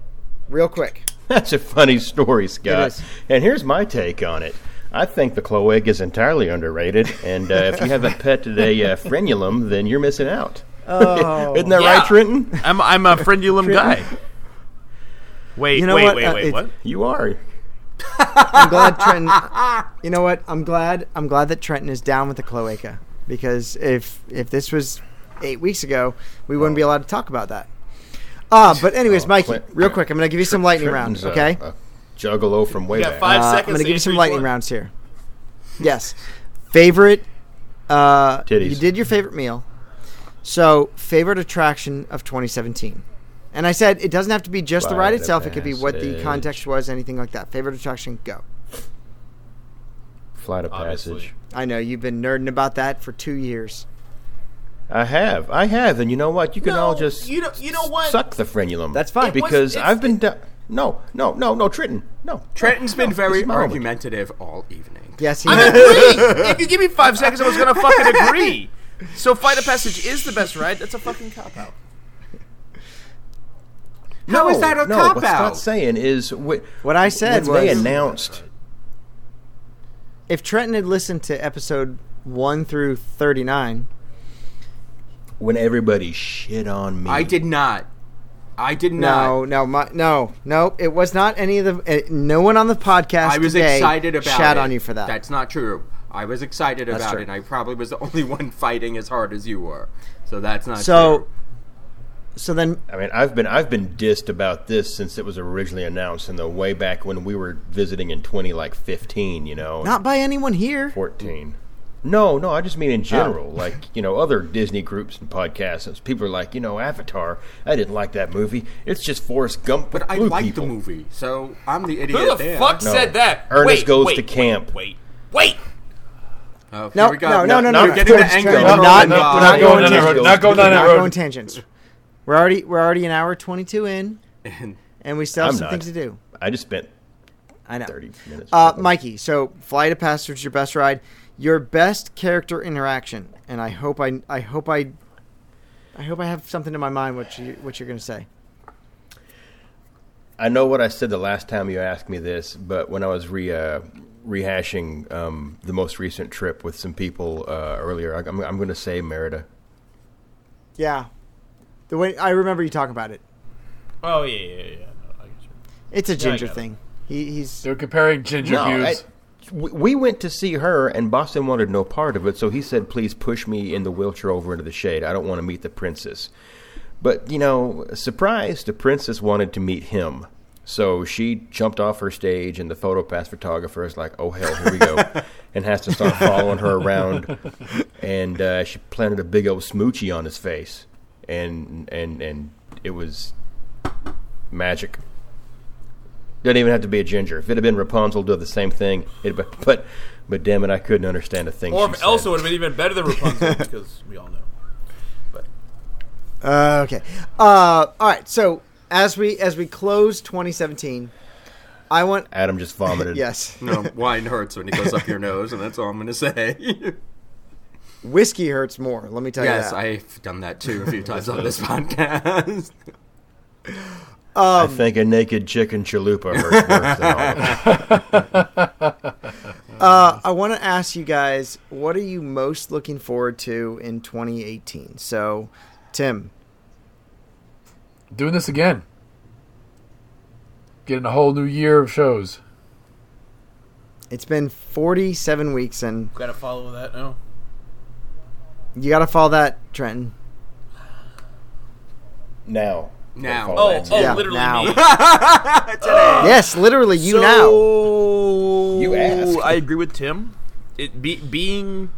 real quick.
(laughs) That's a funny story, Scott.
is.
And here's my take on it. I think the cloaca is entirely underrated, and uh, if you haven't petted a uh, frenulum, then you're missing out. Oh, (laughs) Isn't that
Yeah.
right, Trenton?
I'm I'm a friendulum guy. Wait,
You know
wait,
what?
wait,
Uh,
wait,
it-
what?
You are.
I'm glad Trenton. You know what? I'm glad. I'm glad that Trenton is down with the cloaca because if if this was eight weeks ago, we wouldn't be allowed to talk about that. Uh, but anyways,
Oh,
Mikey,
Clint-
real quick, I'm going to give you some lightning rounds.
Trenton's a-
Okay,
a juggalo from way
You got
back.
five
Uh, I'm
seconds.
going to give you
answer
some
each
lightning
one.
rounds here. Yes, favorite. Uh,
Titties.
You did your favorite meal. So favorite attraction of 2017. And I said it doesn't have to be just the ride
Rite of
itself. It could be what the
passage.
context was, anything like that. Favorite attraction, go.
Flight of Passage.
Obviously.
I know you've been nerding about that for two years.
I have, I have, and you know what? You can
No,
all just
you know- you know what?
suck the frenulum.
That's fine. It was-
because
it's-
I've been da- no, no, no, no, Trenton, no.
Trenton's
no,
been
this
very
is my moment.
argumentative all evening.
Yes, he
I agree. if you give me five seconds, I was gonna fucking agree. So, Flight of Passage is the best ride. That's a fucking cop out.
How is that a
no,
cop
what
out?
Scott's saying is wh-
What I said
when they
was-
announced.
if Trenton had listened to episode one through thirty nine,
when everybody shit on me.
I did not. I did
no,
not.
no, my, no, no, it was not any of the. Uh, no one on the podcast.
I was
today
excited about
shat
it.
on you for that.
That's not true. I was excited about
true.
it. and I probably was the (laughs) only one fighting as hard as you were. So that's not
so,
true.
so then
I mean, I've been I've been dissed about this since it was originally announced in the way back when we were visiting in twenty like fifteen, you know,
not by anyone here.
fourteen. No, no, I just mean
Oh.
in general, like you know, other Disney groups and podcasts. and People are like, you know, Avatar. I didn't like that movie. It's just Forrest Gump. with
But I
blue
like
people.
the movie, so I'm the idiot
Who the
there.
fuck said that?
Ernest
Wait,
goes
wait,
to camp.
Wait, wait.
Oh,
No,
here we go.
no, no, no,
(laughs)
no,
You're
no.
getting
We're just
the anger.
trying to-
out.
Not- not-
Oh, God.
not going down that
road. Not going
We're
down that
not
road.
going tangents. We're already we're already an hour twenty two in, and we still have
I'm
some
not.
things to do.
I just spent
I know.
thirty minutes.
Uh,
with them.
Mikey, so Flight of Passage, your best ride, your best character interaction, and I hope I, I hope I, I hope I have something in my mind what you what you're gonna say.
I know what I said the last time you asked me this, but when I was re uh, rehashing um, the most recent trip with some people uh, earlier, I, I'm, I'm going to say Merida.
Yeah, the way I remember you talking about it,
Oh yeah, yeah, yeah. No, I get you.
it's a ginger
got it.
thing. He, he's
They're comparing ginger
I-
views.
we we went to see her, and Boston wanted no part of it, so he said, "Please push me in the wheelchair over into the shade. I don't want to meet the princess." But you know, surprise, the princess wanted to meet him. So she jumped off her stage, and the photopass photographer is like, "Oh hell, here we go," and has to start following her around. And uh, she planted a big old smoochie on his face, and and and it was magic. Doesn't even have to be a ginger. If it had been Rapunzel, do the same thing. It, but, (laughs) but, but damn it, I couldn't understand a thing.
Or
she
if Elsa
said.
would have been even better (laughs) than Rapunzel, because we all know.
uh, okay. Uh, all right. So as we as we close 2017, I want
Adam just vomited.
(laughs) yes
(laughs)
No, wine hurts when it goes up your nose, and that's all I'm going to say. (laughs)
whiskey hurts more. Let me
Oh,
tell you
yes,
that.
I've done that too a few times on (laughs) this podcast.
I think a naked chicken chalupa hurts worse than all of us.
(laughs)
Uh, I want to ask you guys, what are you most looking forward to in 2018? So, Tim,
Doing this again. Getting a whole new year of shows.
it's been 47 weeks, and
Gotta follow that. No.
you got to follow that, Trenton.
Now.
Now.
Follow
Oh,
that.
oh,
Yeah,
literally
now. (laughs)
me.
yes, literally, you now.
so,
You asked.
I agree with Tim. It be, being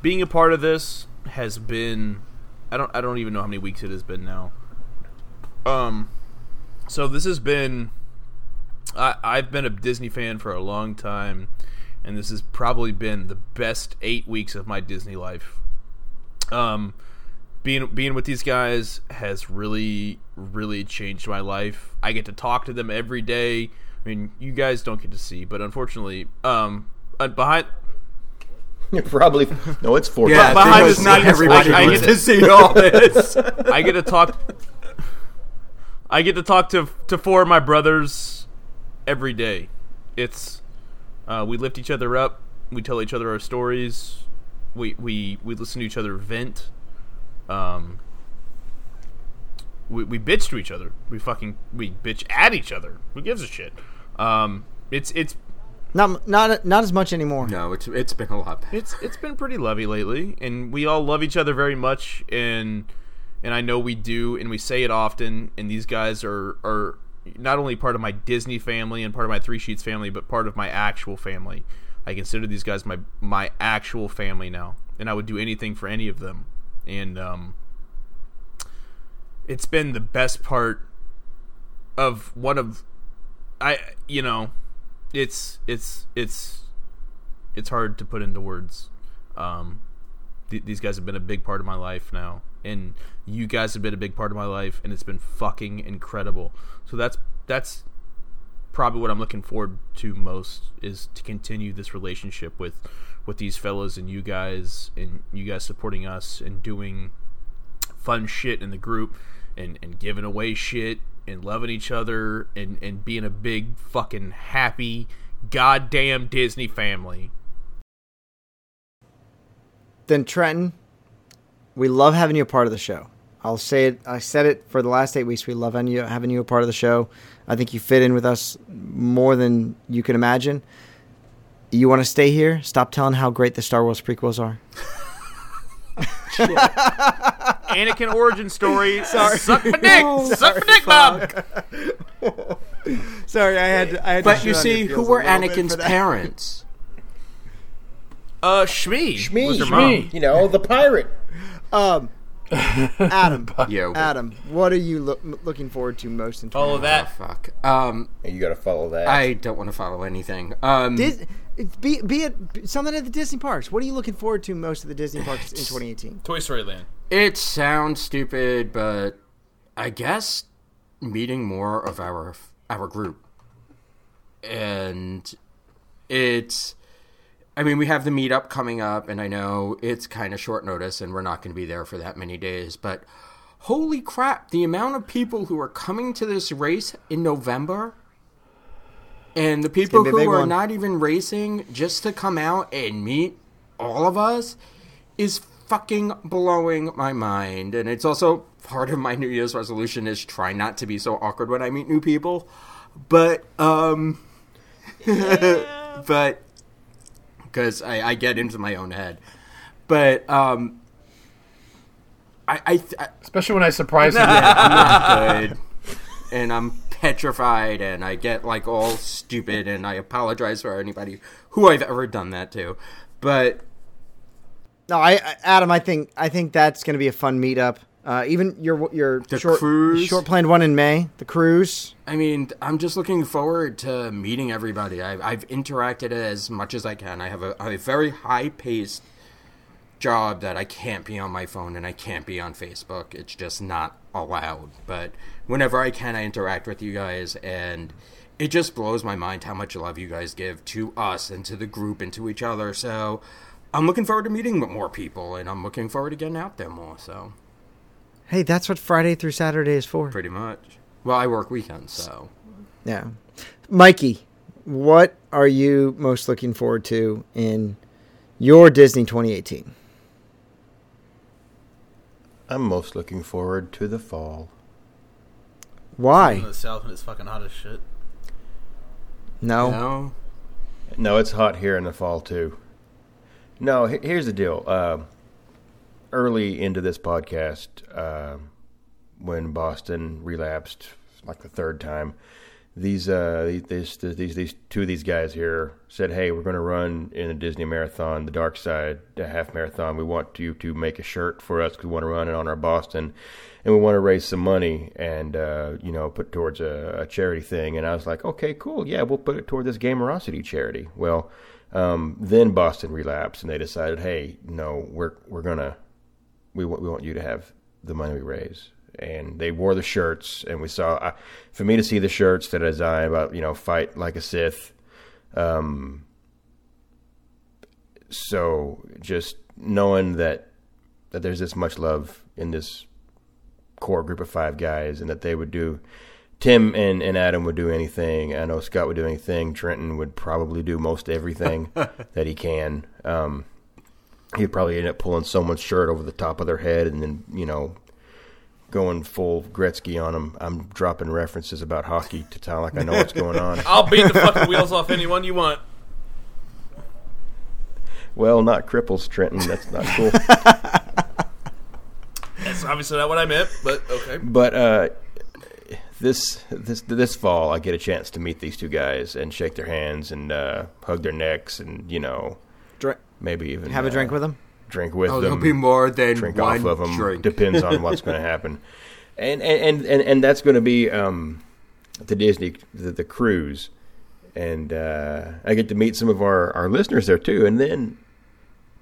being a part of this has been I don't I don't even know how many weeks it has been now. Um so this has been I I've been a Disney fan for a long time and this has probably been the best 8 weeks of my Disney life. Um being being with these guys has really really changed my life. I get to talk to them every day. I mean, you guys don't get to see, but unfortunately, um, uh, behind oh.
You're (laughs) probably. No, it's four.
Yeah,
behind
because
the scenes,
everybody
I- I
wants
get
to
it. (laughs)
see all this.
I get to talk. I get to talk to to four of my brothers every day. It's uh, we lift each other up. We tell each other our stories. We we we listen to each other vent. Um. We, we bitch to each other. We fucking we bitch at each other. Who gives a shit? Um. It's it's
Not not not as much anymore.
no, it's it's been a lot. better.
it's it's been pretty lovey lately, and we all love each other very much, and and I know we do, and we say it often. And these guys are are not only part of my Disney family and part of my Three Sheets family, but part of my actual family. I consider these guys my my actual family now, and I would do anything for any of them. And um, it's been the best part of one of I you know, it's it's it's it's hard to put into words. Um, th- these guys have been a big part of my life now, and you guys have been a big part of my life, and it's been fucking incredible. So that's that's probably what I'm looking forward to most is to continue this relationship with with these fellas and you guys and you guys supporting us and doing fun shit in the group and, and giving away shit and loving each other and, and being a big fucking happy goddamn Disney family.
Then Trenton, we love having you a part of the show. I'll say it. I said it for the last eight weeks. We love having you, having you a part of the show. I think you fit in with us more than you can imagine. You want to stay here? Stop telling how great the Star Wars prequels are.
Anakin origin story. (laughs) Suck my dick. Suck my dick, Bob.
Sorry, I had. To, I had
But you see, who were Anakin's
(laughs)
parents?
Uh, Shmi.
Me,
was her mom.
you know, the pirate.
Um, Adam,
Yeah.
Adam, what are you loo- looking forward to most in? 2019?
All of that.
Fuck. Um,
And you got to follow that.
I don't want to follow anything. Um,
Dis- be be it be- something at the Disney parks. What are you looking forward to most at the Disney parks in 2018?
Toy Story Land.
It sounds stupid, but I guess meeting more of our our group, and it's. I mean, we have the meetup coming up, and I know it's kind of short notice, and we're not going to be there for that many days. But holy crap, the amount of people who are coming to this race in November, and the people
be a big
who are
one.
not even racing just to come out and meet all of us is fucking blowing my mind. And it's also part of my New Year's resolution is try not to be so awkward when I meet new people. But um but because I, I get into my own head. But um I I, th- I
Especially when I
(laughs)
surprise you.
not good. And I'm petrified and I get like all stupid and I apologize for anybody who I've ever done that to. But
No, I, I Adam, I think I think that's going to be a fun meetup. Uh, even your your
The
short
cruise.
short planned one in May, the cruise.
I mean, I'm just looking forward to meeting everybody. I've, I've interacted as much as I can. I have a, I have a very high paced job that I can't be on my phone and I can't be on Facebook. It's just not allowed. But whenever I can, I interact with you guys, and it just blows my mind how much love you guys give to us and to the group and to each other. So I'm looking forward to meeting more people, and I'm looking forward to getting out there more. So
Hey, that's what Friday through Saturday is for.
pretty much. Well, I work weekends, so.
Yeah, Mikey, what are you most looking forward to in your Disney 2018?
I'm most looking forward to the fall.
Why?
In the south, and it's fucking hot as shit.
No.
No,
No, it's hot here in the fall too. No, he- here's the deal. Um early into this podcast, um when Boston relapsed like the third time, these uh, these, these these these two of these guys here said, "Hey, we're going to run in the Disney Marathon, the Dark Side, the half marathon. We want you to make a shirt for us 'cause we want to run it on our Boston, and we want to raise some money and uh, you know put towards a, a charity thing." And I was like, "Okay, cool, yeah, we'll put it toward this Gamerosity charity." Well, um, then Boston relapsed, and they decided, "Hey, no, we're we're gonna we want we want you to have the money we raise. And they wore the shirts, and we saw. I, for me to see the shirts that I designed about you know fight like a Sith, um, so just knowing that that there's this much love in this core group of five guys, and that they would do. Tim and, and Adam would do anything. I know Scott would do anything. Trenton would probably do most everything that he can. Um, he'd probably end up pulling someone's shirt over the top of their head and then you know going full Gretzky on them. I'm dropping references about hockey to sound like I know what's going
(laughs)
on.
Oh.
I'll beat the (laughs) fucking wheels off anyone you want.
Well, not cripples, Trenton. That's not
(laughs)
cool.
That's obviously not what I meant, but okay.
But uh, this this this fall, I get a chance to meet these two guys and shake their hands and uh, hug their necks and you know
Dr-
maybe even uh,
have a drink with them.
Drink with
Oh,
them.
there'll be more than
drink
one
off of them
drink.
depends on what's going to happen and and, and and and that's going to be um the disney the, the cruise and uh, I get to meet some of our, our listeners there too. And then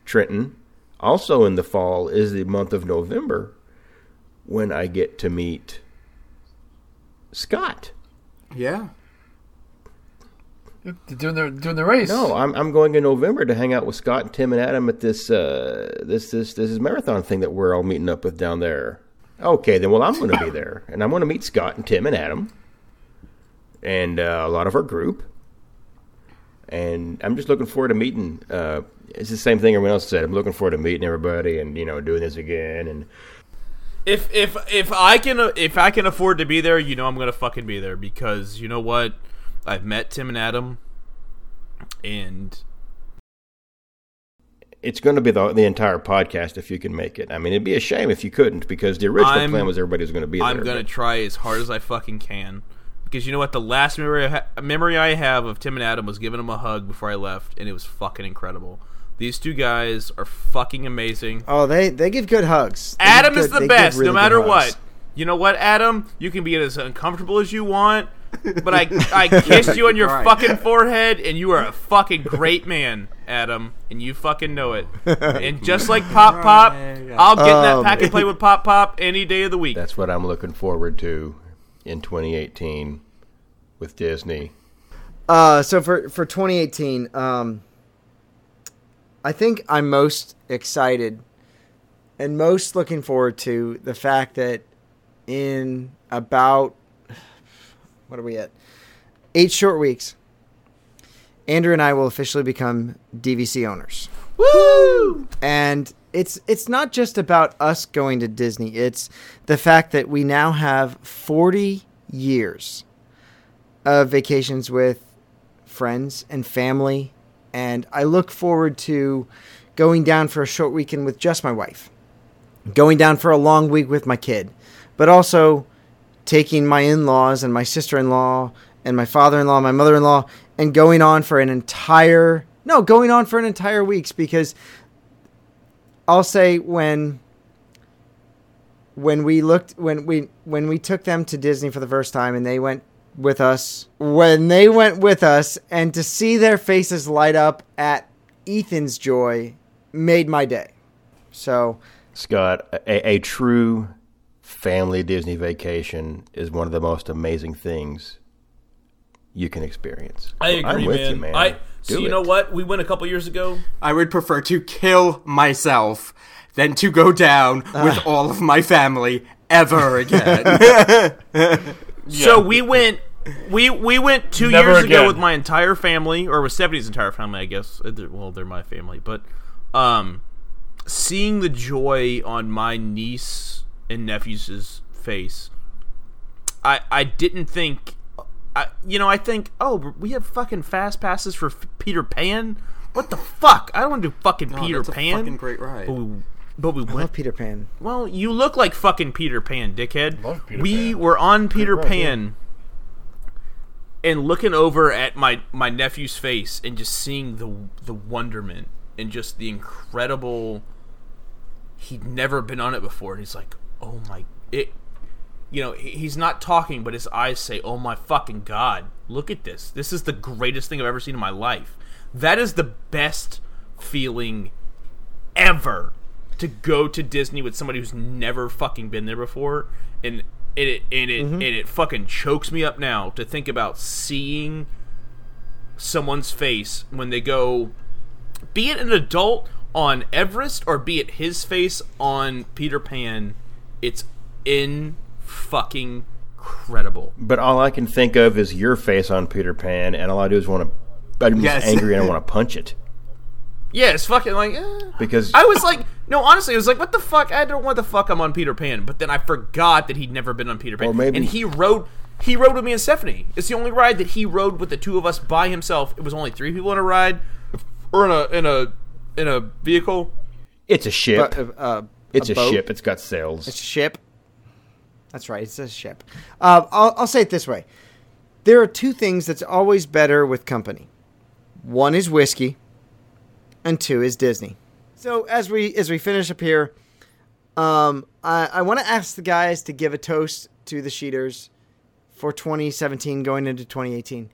Trenton, also in the fall, is the month of November when I get to meet Scott.
Yeah.
They're doing their doing the race.
No, I'm I'm going in November to hang out with Scott, Tim, and Adam at this uh, this this this is marathon thing that we're all meeting up with down there. Okay, then well I'm going to be there, and I'm going to meet Scott and Tim and Adam, and uh, a lot of our group. And I'm just looking forward to meeting. Uh, it's the same thing everyone else said. I'm looking forward to meeting everybody, and you know, doing this again, and
If if if I can if I can afford to be there, you know I'm gonna fucking be there because you know what? I've met Tim and Adam, and
it's going to be the the entire podcast if you can make it. I mean, it'd be a shame if you couldn't because the original
I'm-
plan was everybody was going to be there.
I'm gonna
but-
try as hard as I fucking can because you know what? The last memory I ha- memory I have of Tim and Adam was giving him a hug before I left, and it was fucking incredible. These two guys are fucking amazing.
Oh, they they give good hugs. They give
Adam is
good- they give
the best,
really
no
good
matter
hugs.
what. You know what, Adam? You can be as uncomfortable as
(laughs)
you want, but I I kissed you on your
Right.
fucking forehead, and you are a fucking great man, Adam, and you fucking
(laughs)
know it. And just like Pop Pop, I'll get in that
Um,
pack
(laughs)
and play with Pop Pop any day of the week.
That's what I'm looking forward to in 2018 with Disney.
Uh, so for for 2018, um, I think I'm most excited and most looking forward to the fact that in about what are we at? Eight short weeks. Andrew and I will officially become DVC owners. Woo! And it's it's not just about us going to Disney. It's the fact that we now have 40 years of vacations with friends and family, and I look forward to going down for a short weekend with just my wife, going down for a long week with my kid, but also taking my in laws and my sister in law and my father in law, my mother in law, and going on for an entire no, going on for an entire weeks because I'll say when when we looked when we when we took them to Disney for the first time and they went with us when they went with us and to see their faces light up at Ethan's joy made my day. So
Scott, a, a true family Disney vacation is one of the most amazing things you can experience.
I agree,
am with
man.
you, man.
I
Do
so you
it.
know what? We went a couple years ago.
I would prefer to kill myself than to go down with all of my family
(laughs)
ever again.
So we went. We we went two
Never
years ago
again.
with my entire family, or with Stephanie's entire family, I guess. Uh, they're- Well, they're my family, but um, seeing the joy on my niece and nephew's face, I I didn't think, I you know I think oh we have fucking fast passes for f- Peter Pan. What the fuck? I don't want to do fucking Peter
that's a
Pan.
fucking great ride.
But we, but we
I
went
love Peter Pan.
well, you look like fucking Peter Pan, dickhead.
Love Peter
we
Pan.
were on Peter Pan and looking over at my my nephew's face and just seeing the the wonderment and just the incredible he'd never been on it before and he's like, "Oh my it you know, he- he's not talking, but his eyes say, "Oh my fucking god, look at this! This is the greatest thing I've ever seen in my life." That is the best feeling ever to go to Disney with somebody who's never fucking been there before, and and it and it and it fucking chokes me up now to think about seeing someone's face when they go, be it an adult on Everest or be it his face on Peter Pan, it's in fucking credible.
But all I can think of is your face on Peter Pan, and all I do is want to. I'm
Yes.
just angry and I want to punch it
Yeah, it's fucking like. eh.
because
I was like, no, honestly, I was like, what the fuck? I don't want the fuck I'm on Peter Pan. But then I forgot that he'd never been on Peter Pan.
Or maybe-
and he rode, he rode with me and Stephanie. It's the only ride that he rode with the two of us by himself. It was only three people in a ride, or in a in a in a vehicle.
it's a ship.
But, uh, uh,
it's a,
boat?
ship. It's got sails.
It's a ship. That's right. It's a ship. Uh, I'll, I'll say it this way: there are two things that's always better with company. One is whiskey, and two is Disney. So as we as we finish up here, um, I, I want to ask the guys to give a toast to the Sheeters for 2017 going into 2018.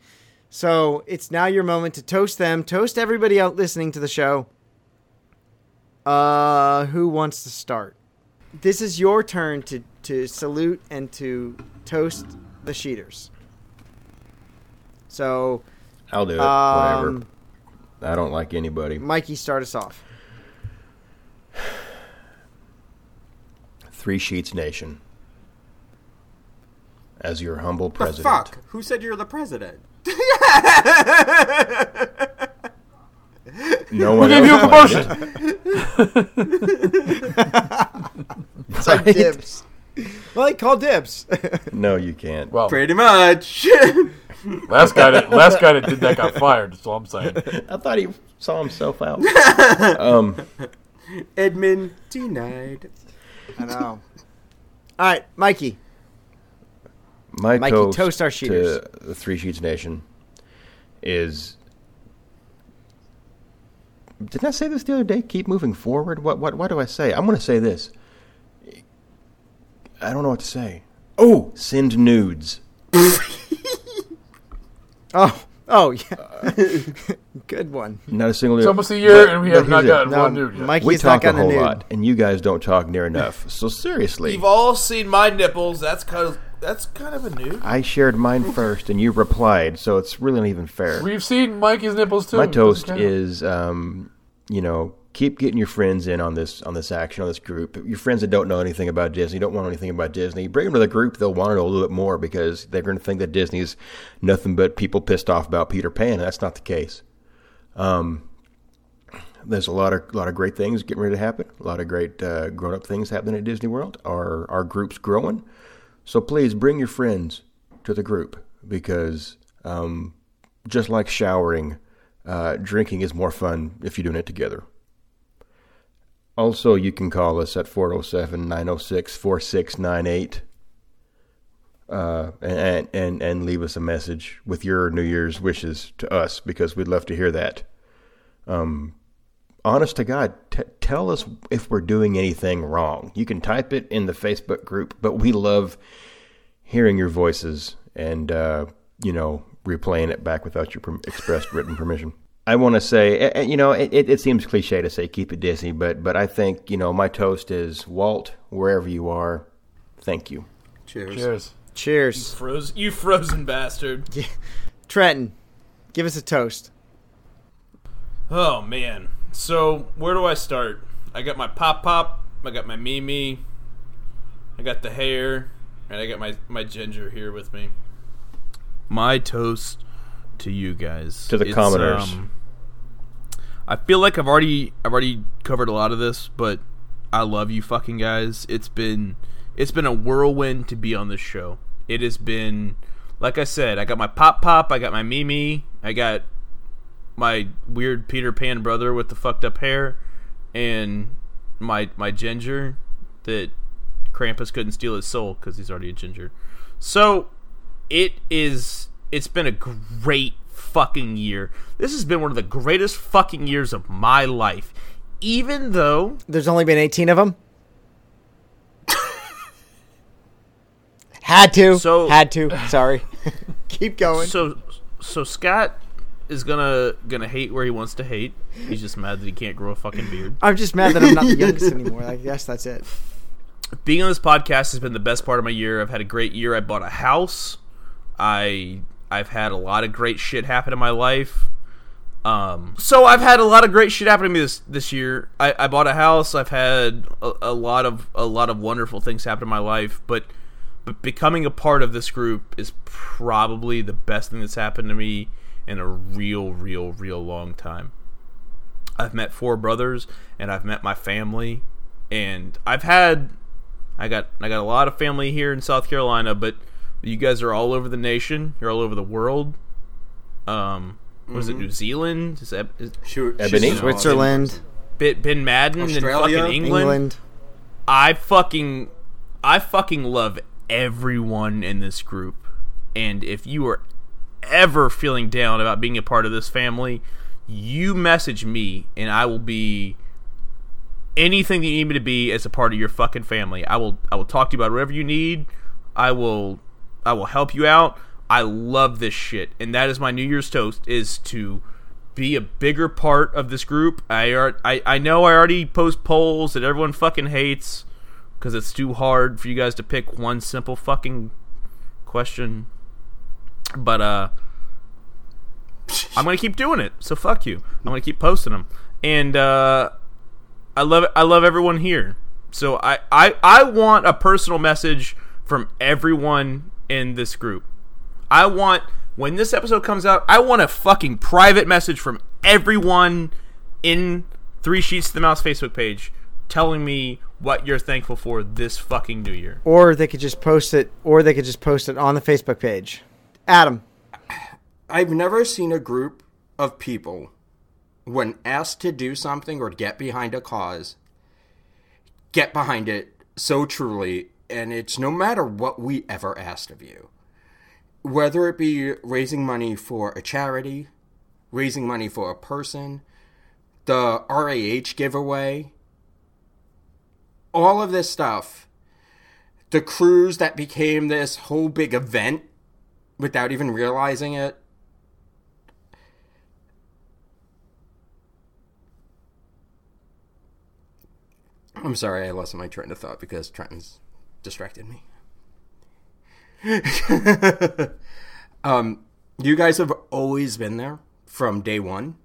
So it's now your moment to toast them, toast everybody out listening to the show. Uh, who wants to start? This is your turn to, to salute and to toast the Sheeters. So,
I'll do it.
um,
Whatever. I don't like anybody.
Mikey, start us off.
Three Sheets Nation. As your humble
The
president.
fuck? Who said you're the president?
No one
Give you a
else claimed it.
promotion.
Like dibs. Well, I call dibs.
No, you can't.
Well,
Pretty much. (laughs)
last guy that last guy that did
(laughs)
that got fired. That's all I'm saying.
I thought he saw himself out.
Edmund denied.
I (laughs) know. All right, Mikey.
My
Mikey,
toast,
toast our sheeters.
to the Three Sheets Nation is. Didn't I say this the other day? Keep moving forward. What? What? What do I say? I'm going to say this. I don't know what to say. Oh, send nudes.
Oh, oh yeah. (laughs) Good one.
Not a single.
It's almost a year, and we
but
have not
here's it.
gotten
No,
one nude yet.
Mikey's
we
not
talk a
gotten
whole
nude.
lot, and you guys don't talk near enough. So seriously,
You've all seen my nipples. That's kind of that's kind of a nude.
I shared mine first, and you replied. So it's really not even fair.
We've seen Mikey's nipples too.
my
It doesn't
toast
count.
is um, you know keep getting your friends in on this on this action on this group your friends that don't know anything about disney don't want anything about disney bring them to the group they'll want to know a little bit more because they're going to think that disney's nothing but people pissed off about peter pan and that's not the case um, there's a lot of lot of great things getting ready to happen a lot of great uh, grown-up things happening at disney world our our group's growing so please bring your friends to the group because um, just like showering, uh, drinking is more fun if you're doing it together. Also, you can call us at 407 906 4698 uh, and and- and leave us a message with your New Year's wishes to us because we'd love to hear that. Um, honest to God, t- tell us if we're doing anything wrong. You can type it in the Facebook group, but we love hearing your voices and uh, you know replaying it back without your perm- expressed written permission. I want to say, eh, eh, you know, it, it, it seems cliche to say keep it Disney, but but I think you know my toast is Walt wherever you are, thank you.
Cheers.
Cheers.
Cheers,
Froze, you frozen bastard.
Trenton. Give us a toast.
Oh man. So where do I start? I got my pop pop. I got my Mimi. I got the hair, and I got my my ginger here with me. My toast to you guys
To the
It's,
commoners.
um, I feel like I've already I've already covered a lot of this, but I love you fucking guys. It's been it's been a whirlwind to be on this show. It has been like I said, I got my pop pop, I got my Mimi, I got my weird Peter Pan brother with the fucked up hair and my my ginger that Krampus couldn't steal his soul cuz he's already a ginger. So it is it's been a great fucking year. This has been one of the greatest fucking years of my life. Even though
There's only been 18 of them. Had to.
So-
Had to.
(laughs)
Sorry. Keep going.
so so Scott is gonna gonna hate where he wants to hate. He's just mad that he can't grow a fucking beard.
I'm just mad that I'm
(laughs)
not the youngest anymore. I guess that's it.
being on this podcast has been the best part of my year. I've had a great year. I bought a house. I I've had a lot of great shit happen in my life. Um, so I've had a lot of great shit happen to me this this year. I, I bought a house. I've had a, a lot of a lot of wonderful things happen in my life. But but becoming a part of this group is probably the best thing that's happened to me in a real, real, real long time. I've met four brothers and I've met my family and I've had I got I got a lot of family here in South Carolina, but you guys are all over the nation. You're all over the world. Um was it New Zealand? Is that is
Shoot.
Ebony?
she's-
Switzerland,
Ben Ben Madden
Australia,
and fucking England.
England.
I fucking I fucking love everyone in this group. And if you are ever feeling down about being a part of this family, you message me and I will be anything that you need me to be as a part of your fucking family. I will I will talk to you about whatever you need. I will I will help you out. I love this shit, and that is my New Year's toast: is to be a bigger part of this group. I ar- I, I know I already post polls that everyone fucking hates because it's too hard for you guys to pick one simple fucking question, but uh, I'm gonna keep doing it. So fuck you. I'm gonna keep posting them, and uh, I love I love everyone here. So I, I I want a personal message from everyone in this group. I want when this episode comes out, I want a fucking private message from everyone in Three Sheets to the Mouse Facebook page telling me what you're thankful for this fucking new year.
Or they could just post it, or they could just post it on the Facebook page. Adam,
I've never seen a group of people when asked to do something or get behind a cause get behind it so truly and it's no matter what we ever asked of you whether it be raising money for a charity raising money for a person the RAH giveaway all of this stuff the cruise that became this whole big event without even realizing it. I'm sorry, I lost my train of thought because Trenton's distracted me. (laughs) um, you guys have always been there from day one.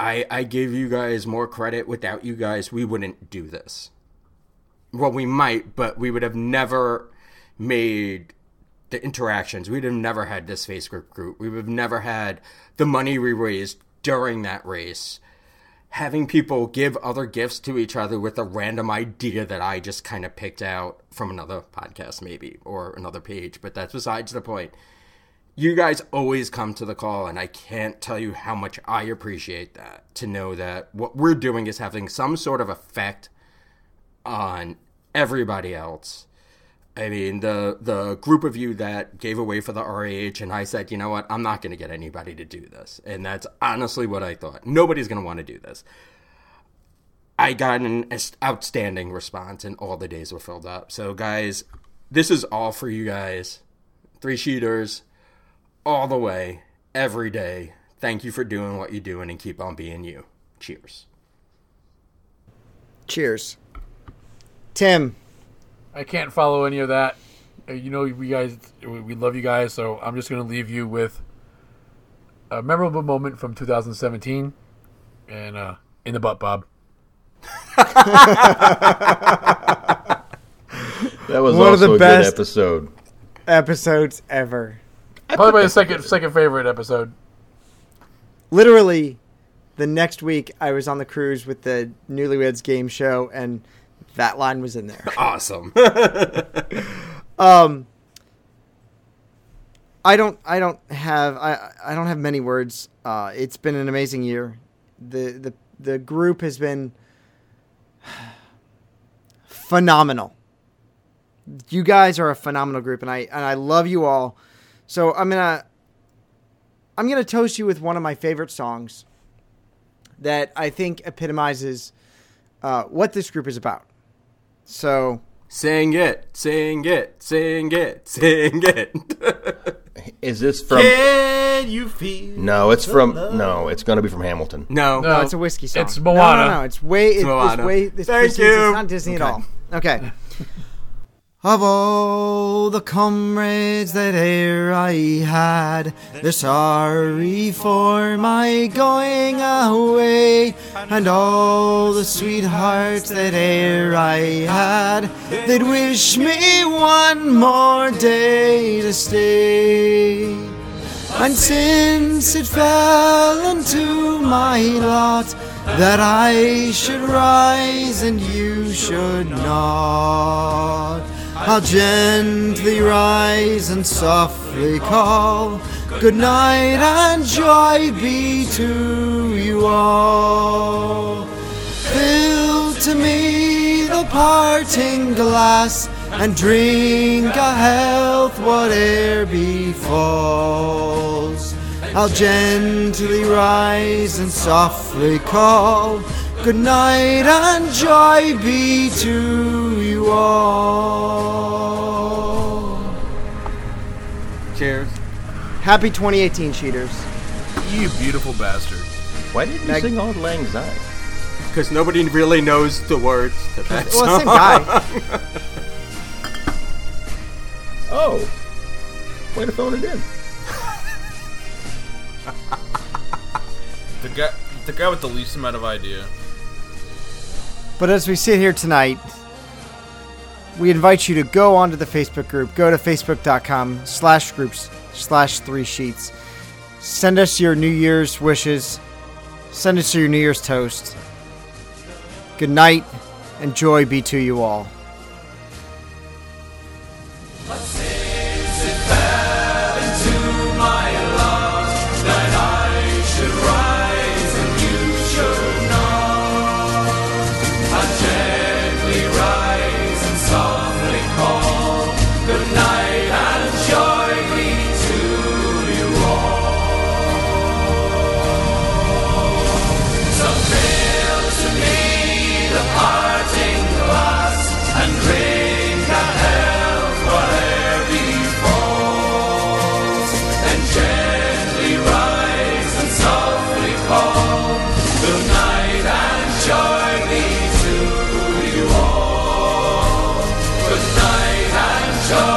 I I give you guys more credit. Without you guys, we wouldn't do this. Well, we might, but we would have never made the interactions. We'd have never had this Facebook group. We would have never had the money we raised during that race. Having people give other gifts to each other with a random idea that I just kind of picked out from another podcast, maybe, or another page, but that's besides the point. You guys always come to the call, and I can't tell you how much I appreciate that to know that what we're doing is having some sort of effect on everybody else. I mean, the the group of you that gave away for the RAH, and I said, you know what, I'm not going to get anybody to do this, and that's honestly what I thought. Nobody's going to want to do this. I got an est- outstanding response, and all the days were filled up. So, guys, this is all for you guys. Three sheeters, all the way, every day. Thank you for doing what you're doing, and keep on being you. Cheers.
cheers. Tim,
I can't follow any of that. Uh, You know, we guys, we we love you guys, so I'm just going to leave you with a memorable moment from 2017 and uh, in the butt, Bob.
That was
One of
also
the
a
best-
good episode.
episodes ever.
Probably the second second favorite episode.
Literally, the next week I was on the cruise with the Newlyweds Game Show, and that line was in there.
Awesome. (laughs)
I don't I don't have I I don't have many words. Uh, it's been an amazing year. The the the group has been (sighs) phenomenal. You guys are a phenomenal group, and I and I love you all. So I'm gonna I'm gonna toast you with one of my favorite songs that I think epitomizes uh, what this group is about. So
sing it, sing it, sing it, sing it. (laughs)
Is this from?
Can you feel?
No, it's from. No, it's gonna be from Hamilton.
No.
No,
No,
it's a whiskey song.
it's Moana.
No, no, no. It's way. It's,
Moana.
It's way. It's
Thank
Disney-
you.
It's not Disney at all. Okay. (laughs) of all the comrades that e'er I had, they're sorry for my going away. And all the sweethearts that e'er I had, they'd wish me one more day to stay. And since it fell into my lot that I should rise and you should not, I'll gently rise and softly call. Good night and joy be to you all. Fill to me the parting glass and drink a health whate'er befalls. I'll gently rise and softly call. Good night and joy be to you all.
Cheers.
Happy 2018, cheaters.
You beautiful bastard.
Why didn't you
Meg-
sing Old Lang Syne?
Because nobody really knows the words to that
Well,
song.
same guy.
Oh, way to phone it in.
The guy, the guy with the least amount of idea.
But as we sit here tonight, we invite you to go onto the Facebook group. Go to facebook.com slash groups slash three sheets. Send us your New Year's wishes. Send us your New Year's toast. Good night and joy be to you all.
Joy.